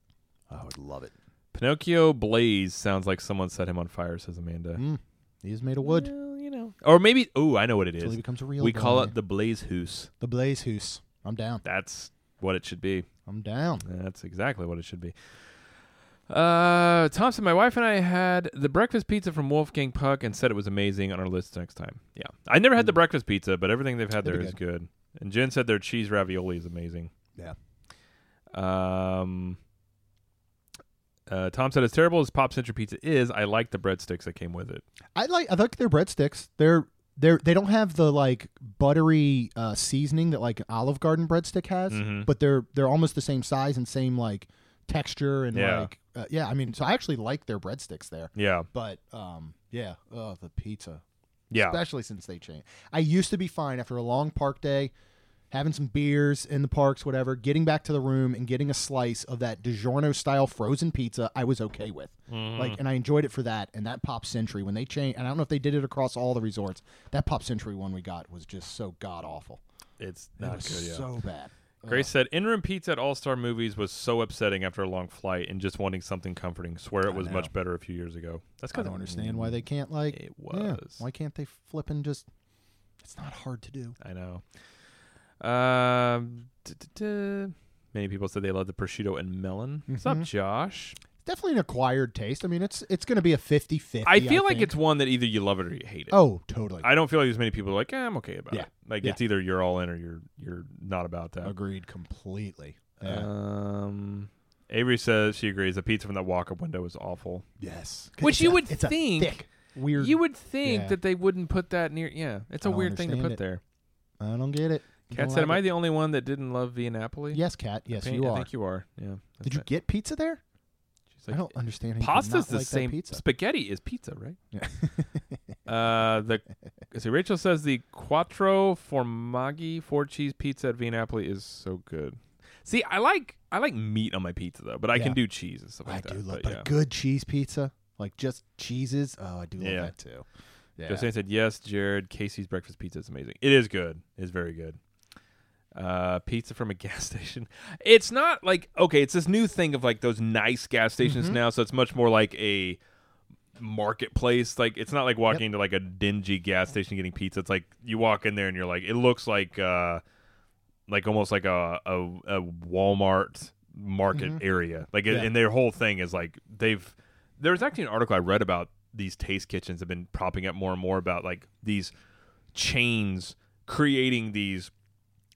Speaker 4: good. I would love it.
Speaker 1: Pinocchio Blaze sounds like someone set him on fire, says Amanda.
Speaker 4: Mm, he is made of wood.
Speaker 1: Well, you know, or maybe. Oh, I know what it
Speaker 4: Until he
Speaker 1: is.
Speaker 4: becomes a real.
Speaker 1: We call
Speaker 4: boy.
Speaker 1: it the Blaze Hoose.
Speaker 4: the Blaze Hoose. I'm down.
Speaker 1: That's what it should be.
Speaker 4: I'm down.
Speaker 1: That's exactly what it should be. Uh, Thompson, my wife and I had the breakfast pizza from Wolfgang Puck and said it was amazing on our list next time. Yeah. I never had the breakfast pizza, but everything they've had
Speaker 4: It'd
Speaker 1: there
Speaker 4: Mm. be
Speaker 1: is good. And Jen said their cheese ravioli is amazing.
Speaker 4: Yeah.
Speaker 1: Um, uh, Tom said, as terrible as Pop Century Pizza is, I like the breadsticks that came with it.
Speaker 4: I like I like their breadsticks. They're they're they don't have the like buttery uh, seasoning that like an Olive Garden breadstick has,
Speaker 1: Mhm.
Speaker 4: but they're they're almost the same size and same like texture and
Speaker 1: Yeah.
Speaker 4: like uh, yeah. I mean, so I actually like their breadsticks there.
Speaker 1: Yeah.
Speaker 4: But um, yeah, oh the pizza,
Speaker 1: Yeah.
Speaker 4: especially since they changed. I used to be fine after a long park day, having some beers in the parks, whatever. Getting back to the room and getting a slice of that DiGiorno style frozen pizza, I was okay with.
Speaker 1: Mm.
Speaker 4: Like, and I enjoyed it for that. And that Pop Century when they changed, and I don't know if they did it across all the resorts. That Pop Century one we got was just so god awful.
Speaker 1: It's
Speaker 4: It
Speaker 1: not
Speaker 4: was
Speaker 1: good. Yeah.
Speaker 4: so bad. Uh.
Speaker 1: Grace said, "In room pizza at All Star Movies was so upsetting after a long flight, and just wanting something comforting. Swear it was much better a few years ago. That's
Speaker 4: I
Speaker 1: kind of
Speaker 4: don't understand why they can't like.
Speaker 1: It
Speaker 4: yeah,
Speaker 1: was.
Speaker 4: why can't they flip and just? It's not hard to do.
Speaker 1: I know. Um, duh, duh, duh. many people said they love the prosciutto and melon. What's
Speaker 4: Mm-hmm.
Speaker 1: up, Josh?
Speaker 4: Definitely an acquired taste. I mean, it's it's going to be a 50-50.
Speaker 1: I feel like
Speaker 4: think.
Speaker 1: it's one that either you love it or you hate it.
Speaker 4: Oh, totally.
Speaker 1: I don't feel like there's many people who are like, eh, I'm okay about
Speaker 4: Yeah.
Speaker 1: it. Like
Speaker 4: Yeah.
Speaker 1: it's either you're all in or you're you're not about that.
Speaker 4: Agreed completely.
Speaker 1: Uh,
Speaker 4: Yeah.
Speaker 1: Um, Avery says she agrees. The pizza from that walk-up window was awful.
Speaker 4: yes.
Speaker 1: Which
Speaker 4: It's
Speaker 1: you
Speaker 4: a-
Speaker 1: would
Speaker 4: it's a
Speaker 1: think
Speaker 4: thick, weird.
Speaker 1: You would think
Speaker 4: Yeah.
Speaker 1: that they wouldn't put that near. Yeah, it's a
Speaker 4: I don't
Speaker 1: weird thing to put
Speaker 4: understand it.
Speaker 1: there.
Speaker 4: I don't get it. You
Speaker 1: Kat
Speaker 4: don't
Speaker 1: said, "Am
Speaker 4: like
Speaker 1: I the only one that didn't love Via Napoli?"
Speaker 4: it. Yes, Kat. Yes,
Speaker 1: Apparently-
Speaker 4: you
Speaker 1: I
Speaker 4: are.
Speaker 1: think you are. Yeah. that's
Speaker 4: Did you
Speaker 1: right.
Speaker 4: get pizza there?
Speaker 1: She's like,
Speaker 4: I don't understand. How you could
Speaker 1: Pasta's
Speaker 4: not
Speaker 1: the
Speaker 4: like that
Speaker 1: same.
Speaker 4: pizza.
Speaker 1: Spaghetti is pizza, right?
Speaker 4: Yeah.
Speaker 1: uh, the see, Rachel says the quattro formaggi four cheese pizza at Via Napoli is so good. See, I like I like meat on my pizza though, but I
Speaker 4: Yeah.
Speaker 1: can do cheese and stuff
Speaker 4: I
Speaker 1: like that.
Speaker 4: do love,
Speaker 1: but
Speaker 4: but
Speaker 1: yeah.
Speaker 4: a good cheese pizza, like just cheeses. Oh, I do love
Speaker 1: Yeah.
Speaker 4: that too. Yeah.
Speaker 1: Justine said, "Yes, Jared. Casey's breakfast pizza is amazing. It is good. It's very good. Uh, pizza from a gas station. It's not like okay. It's this new thing of like those nice gas stations now. So it's much more like a marketplace. Like it's not like walking into like a dingy gas station getting pizza. It's like you walk in there and you're like, it looks like uh, like almost like a a, a Walmart market area. Like
Speaker 4: Mm-hmm. Yeah.
Speaker 1: and their whole thing is like they've there was actually an article I read about these taste kitchens have been propping up more and more about like these chains creating these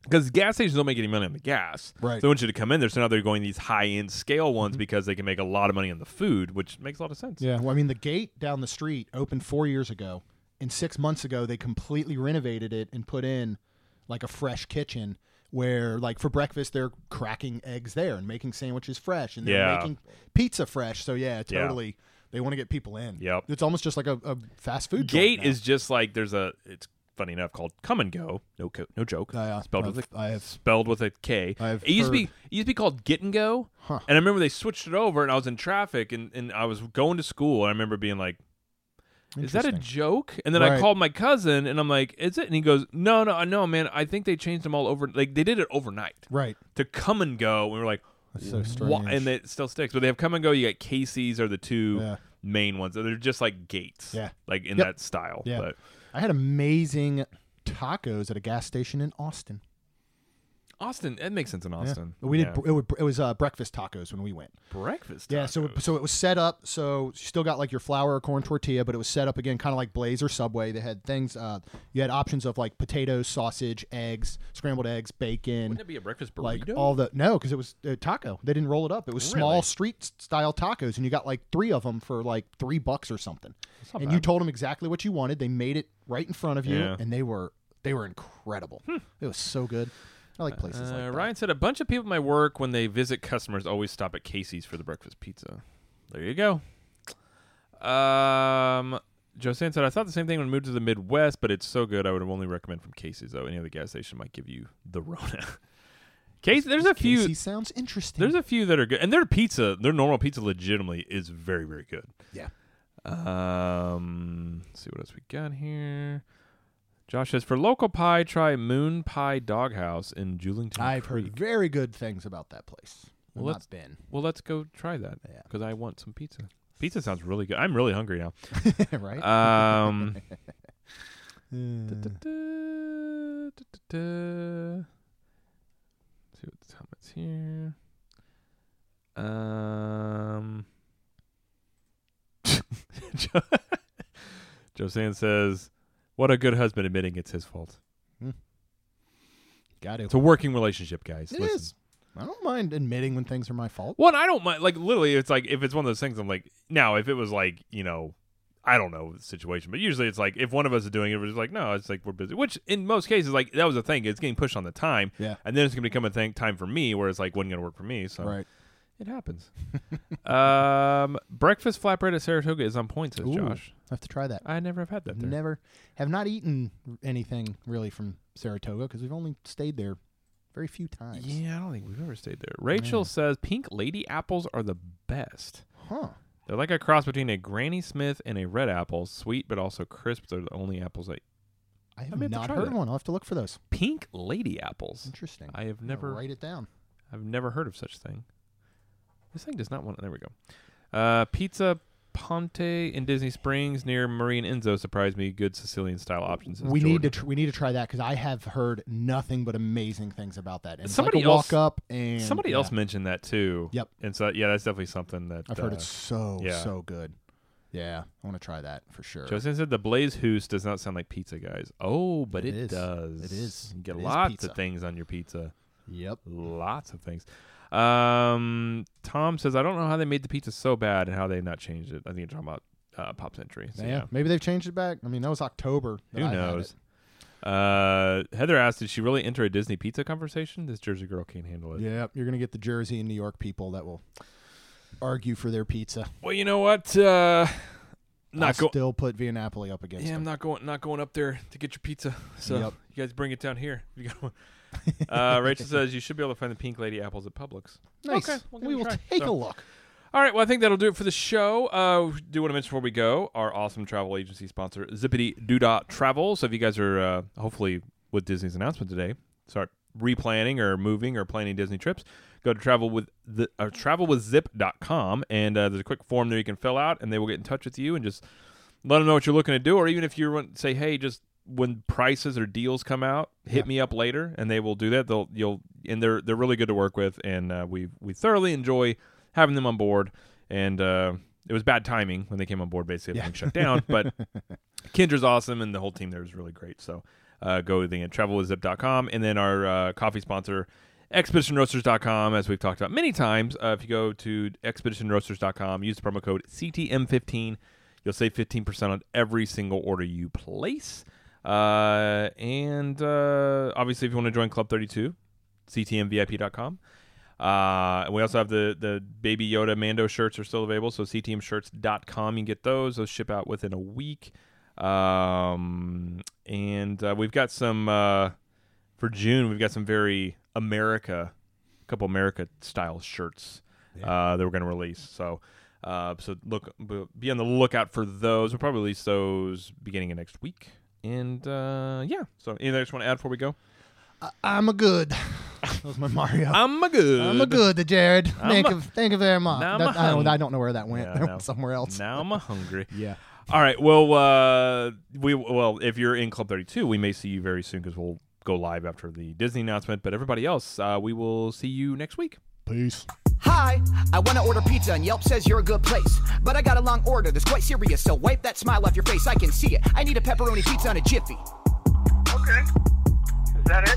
Speaker 1: because gas stations don't make any money on the gas.
Speaker 4: Right. Mm-hmm.
Speaker 1: They want you to come in there. So now they're going these high end scale ones because they can make a lot of money on the food, which makes a lot of sense.
Speaker 4: Yeah, well, I mean, the gate down the street opened four years ago, and six months ago they completely renovated it and put in like a fresh kitchen where, like, for breakfast they're cracking eggs there and making sandwiches fresh, and they're
Speaker 1: Yeah.
Speaker 4: making pizza fresh. So yeah,
Speaker 1: Yeah.
Speaker 4: totally, they want to get people in.
Speaker 1: Yep.
Speaker 4: it's almost just like a, a fast food joint
Speaker 1: Gate
Speaker 4: now.
Speaker 1: is just like there's a it's funny enough called come and go. No co- no joke.
Speaker 4: I, uh,
Speaker 1: spelled
Speaker 4: I've-
Speaker 1: with a
Speaker 4: I have-
Speaker 1: spelled with a K.
Speaker 4: I've
Speaker 1: it used to be
Speaker 4: heard.
Speaker 1: it used to be called Get and Go.
Speaker 4: Huh.
Speaker 1: And I remember they switched it over and I was in traffic and, and I was going to school and I remember being like Is that a
Speaker 4: Interesting.
Speaker 1: joke? And then I
Speaker 4: Right.
Speaker 1: called my cousin and I'm like, Is it? And he goes, No, no, no, man. I think they changed them all over. Like they did it overnight
Speaker 4: right?
Speaker 1: to come and go. And we were like,
Speaker 4: That's so
Speaker 1: "Wha-"
Speaker 4: strange.
Speaker 1: And it still sticks. But they have come and go. You got Casey's are the two
Speaker 4: Yeah.
Speaker 1: main ones. They're just like gates.
Speaker 4: Yeah.
Speaker 1: Like in
Speaker 4: Yep.
Speaker 1: that style.
Speaker 4: Yeah.
Speaker 1: But
Speaker 4: I had amazing tacos at a gas station in Austin.
Speaker 1: Austin, that makes sense in
Speaker 4: Yeah.
Speaker 1: Austin.
Speaker 4: We did.
Speaker 1: Yeah.
Speaker 4: It, would, it was uh, breakfast tacos when we went.
Speaker 1: breakfast.
Speaker 4: Yeah, so
Speaker 1: tacos.
Speaker 4: so it was set up. So you still got like your flour or corn tortilla, but it was set up again, kind of like Blaze or Subway. They had things. Uh, you had options of like potatoes, sausage, eggs, scrambled eggs, bacon.
Speaker 1: wouldn't it be a breakfast burrito?
Speaker 4: like all the no, because it was uh, taco. They didn't roll it up. It was
Speaker 1: Really?
Speaker 4: small street style tacos, and you got like three of them for like three bucks or something.
Speaker 1: not
Speaker 4: And you told them exactly what you wanted. They made it right in front of you,
Speaker 1: Yeah. Hmm.
Speaker 4: and they were they were incredible. It was so good. I like places like
Speaker 1: Uh,
Speaker 4: that.
Speaker 1: Ryan said a bunch of people at my work when they visit customers always stop at Casey's for the breakfast pizza. There you go. Um, Josanne said I thought the same thing when I moved to the Midwest, but it's so good I would only recommend from Casey's though. Any other gas station might give you the Rona. Casey, there's a few.
Speaker 4: Casey sounds interesting.
Speaker 1: There's a few that are good, and their pizza, their normal pizza, legitimately is very, very good.
Speaker 4: yeah.
Speaker 1: Um, let's see what else we got here. Josh says for local pie, try Moon Pie Doghouse in Julington.
Speaker 4: I've
Speaker 1: Creek.
Speaker 4: heard very good things about that place. I've
Speaker 1: Well,
Speaker 4: not been.
Speaker 1: Well, let's go try that
Speaker 4: Yeah.
Speaker 1: because I want some pizza. Pizza sounds really good. I'm really hungry now.
Speaker 4: right?
Speaker 1: Um,
Speaker 4: Mm.
Speaker 1: da-da-da, da-da-da. Let's see what the comments here. Um, Jo- Josanne says, "What a good husband admitting it's his fault."
Speaker 4: Got
Speaker 1: It's a working relationship, guys.
Speaker 4: It
Speaker 1: Listen.
Speaker 4: is. I don't mind admitting when things are my fault.
Speaker 1: Well, and I don't mind. Like literally, it's like if it's one of those things. I'm like, now if it was like you know, I don't know the situation, but usually it's like if one of us is doing it, we're just like, no, it's like we're busy. Which in most cases, like that was a thing. It's getting pushed on the time,
Speaker 4: Yeah.
Speaker 1: and then it's gonna become a thing time for me where it's like wasn't gonna work for me. So
Speaker 4: Right.
Speaker 1: it happens. um, breakfast flatbread at Saratoga is on point, says
Speaker 4: Ooh,
Speaker 1: Josh.
Speaker 4: I have to try that.
Speaker 1: I never have had that there.
Speaker 4: Never have not eaten anything really from Saratoga because we've only stayed there very few times.
Speaker 1: yeah, I don't think we've ever stayed there. Rachel says pink lady apples are the best.
Speaker 4: Huh.
Speaker 1: They're like a cross between a Granny Smith and a red apple, sweet but also crisp. They're the only apples I
Speaker 4: I have
Speaker 1: may have to
Speaker 4: not
Speaker 1: try
Speaker 4: heard
Speaker 1: that.
Speaker 4: one. I'll have to look for those.
Speaker 1: pink lady apples.
Speaker 4: Interesting.
Speaker 1: I have
Speaker 4: I'm gonna
Speaker 1: never,
Speaker 4: write it down.
Speaker 1: I've never heard of such thing. This thing does not want. There we go. Uh, Pizza Ponte in Disney Springs near Marine Enzo surprised me. Good Sicilian style options. says
Speaker 4: We need
Speaker 1: Jordan.
Speaker 4: to tr- we need to try that because I have heard nothing but amazing things about that. And
Speaker 1: Somebody
Speaker 4: it's like a
Speaker 1: else-
Speaker 4: walk up and
Speaker 1: Somebody
Speaker 4: yeah.
Speaker 1: else mentioned that too.
Speaker 4: Yep.
Speaker 1: And so yeah, that's definitely something that
Speaker 4: I've heard
Speaker 1: uh,
Speaker 4: it's so
Speaker 1: yeah.
Speaker 4: so good. Yeah, I want to try that for sure.
Speaker 1: Justin said the Blaze Hoos does not sound like pizza, guys. Oh, but it,
Speaker 4: It is.
Speaker 1: does.
Speaker 4: It is.
Speaker 1: You get
Speaker 4: It is
Speaker 1: lots
Speaker 4: pizza.
Speaker 1: of things on your pizza.
Speaker 4: yep.
Speaker 1: Lots of things. Um, Tom says, I don't know how they made the pizza so bad and how they not changed it. I think you're talking about uh, Pop Century. So,
Speaker 4: Yeah. Maybe they've changed it back. I mean, that was October. that
Speaker 1: Who
Speaker 4: I had
Speaker 1: knows?
Speaker 4: it.
Speaker 1: Uh, Heather asked, did she really enter a Disney pizza conversation? This Jersey girl can't handle it.
Speaker 4: Yep. You're gonna get the Jersey and New York people that will argue for their pizza.
Speaker 1: Well, you know what? Uh,
Speaker 4: I'll
Speaker 1: not going.
Speaker 4: still put Via Napoli up against
Speaker 1: Yeah, I'm
Speaker 4: them.
Speaker 1: not going. Not going up there to get your pizza. So
Speaker 4: Yep.
Speaker 1: you guys bring it down here. You got one. Uh, Rachel says you should be able to find the Pink Lady apples at Publix.
Speaker 4: Nice.
Speaker 1: Okay, we'll give it
Speaker 4: we
Speaker 1: a
Speaker 4: will
Speaker 1: try.
Speaker 4: take
Speaker 1: So-
Speaker 4: a look.
Speaker 1: All right, well, I think that'll do it for the show. Uh, we do want to mention before we go our awesome travel agency sponsor, Zippity Doodah Travel. So if you guys are uh, hopefully with Disney's announcement today, start replanning or moving or planning Disney trips, go to travel with the uh, travelwithzip.com and uh, there's a quick form there you can fill out, and they will get in touch with you and just let them know what you're looking to do, or even if you want say, hey, just when prices or deals come out, hit
Speaker 4: Yeah.
Speaker 1: me up later, and they will do that. They'll you'll and they're they're really good to work with, and uh, we we thoroughly enjoy having them on board. And uh, it was bad timing when they came on board, basically everything shut down. But Kindra's awesome, and the whole team there is really great. So uh, go to the travelwithzip.com, and then our uh, coffee sponsor. ExpeditionRoasters.com, as we've talked about many times. Uh, if you go to ExpeditionRoasters.com, use the promo code CTM15, You'll save 15% on every single order you place. Uh, and uh, obviously, if you want to join Club 32, ctmvip.com. Uh, and we also have the, the Baby Yoda Mando shirts are still available. So ctmshirts.com, you can get those. Those ship out within a week. Um, and uh, we've got some, uh, for June, we've got some very America, a couple America style shirts uh, that we're going to release. So, uh, so look, b- be on the lookout for those. We'll probably release those beginning of next week. And uh, yeah, so anything I just want to add before we go?
Speaker 4: I'm a good. That was my Mario.
Speaker 1: I'm a good.
Speaker 4: I'm a good, the Jared. thank,
Speaker 1: a-
Speaker 4: you, thank you very much.
Speaker 1: Now I'm
Speaker 4: That-
Speaker 1: a
Speaker 4: I, don't,
Speaker 1: hungry.
Speaker 4: I don't know where that went.
Speaker 1: Yeah,
Speaker 4: that
Speaker 1: no.
Speaker 4: went somewhere else.
Speaker 1: Now I'm a hungry.
Speaker 4: Yeah.
Speaker 1: All right. Well, uh, we well if you're in Club 32, we may see you very soon because we'll go live after the Disney announcement. But everybody else, uh, we will see you next week.
Speaker 4: Peace.
Speaker 2: Hi, I wanna order pizza and Yelp says you're a good place. But I got a long order that's quite serious, so wipe that smile off your face, I can see it. I need a pepperoni pizza and a jiffy.
Speaker 3: Okay. Is that it?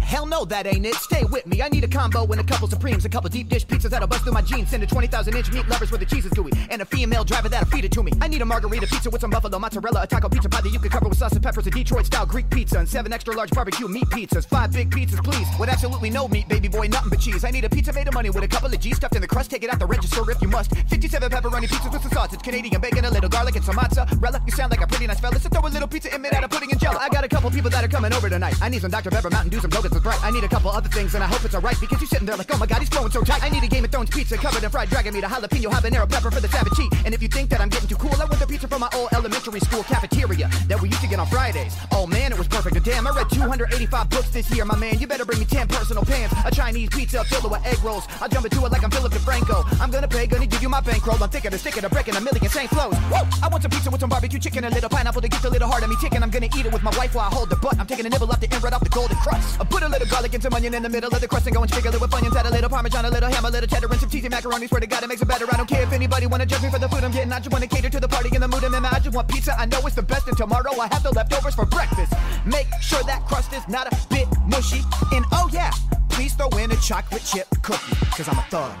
Speaker 2: Hell no, that ain't it. Stay with me. I need a combo and a couple supremes, a couple deep dish pizzas that'll bust through my jeans. Send a 20,000 inch meat lovers where the cheese is gooey, and a female driver that'll feed it to me. I need a margarita pizza with some buffalo mozzarella, a taco pizza pie that you can cover with sauce and peppers, a Detroit style Greek pizza, and seven extra large barbecue meat pizzas. Five big pizzas, please, with absolutely no meat, baby boy, nothing but cheese. I need a pizza made of money with a couple of G's stuffed in the crust. Take it out the register if you must. 57 pepperoni pizzas with some sausage, Canadian bacon, a little garlic, and some mozzarella. You sound like a pretty nice fella, so throw a little pizza in me out of pudding and jello. I got a couple people that are coming over tonight. I need some Dr. Pepper Mountain Dew, some yogurt with right. I need a couple other things, and I hope it's alright because you're sitting there like, oh my god, he's blowing so tight. I need a Game of Thrones pizza covered in fried dragon meat, a jalapeno habanero pepper for the savage heat. And if you think that I'm getting too cool, I want the pizza from my old elementary school cafeteria that we used to get on Fridays. Oh man, it was perfect. And damn, I read 285 books this year, my man. You better bring me 10 personal pants, a Chinese pizza filled with egg rolls. I'll jump into it like I'm Philip DeFranco. I'm gonna pay, gonna give you my bankroll. I'm thinking of sticking a brick and a million St. Flows. Woo! I want some pizza with some barbecue chicken, a little pineapple to get the little heart of me ticking. I'm gonna eat it with my wife while I hold the butt. I'm taking a nibble off the end right off the golden crust. I put a little garlic and some onion in the middle of the crust and go and sprinkle it with onions. Add a little parmesan, a little ham, a little cheddar, and some cheesy macaroni. Swear to God, it makes it better. I don't care if anybody wanna judge me for the food I'm getting. I just wanna cater to the party and the mood I'm in. I just want pizza. I know it's the best, and tomorrow I have the leftovers for breakfast. Make sure that crust is not a bit mushy. And oh yeah, please throw in a chocolate chip cookie, cause I'm a thug.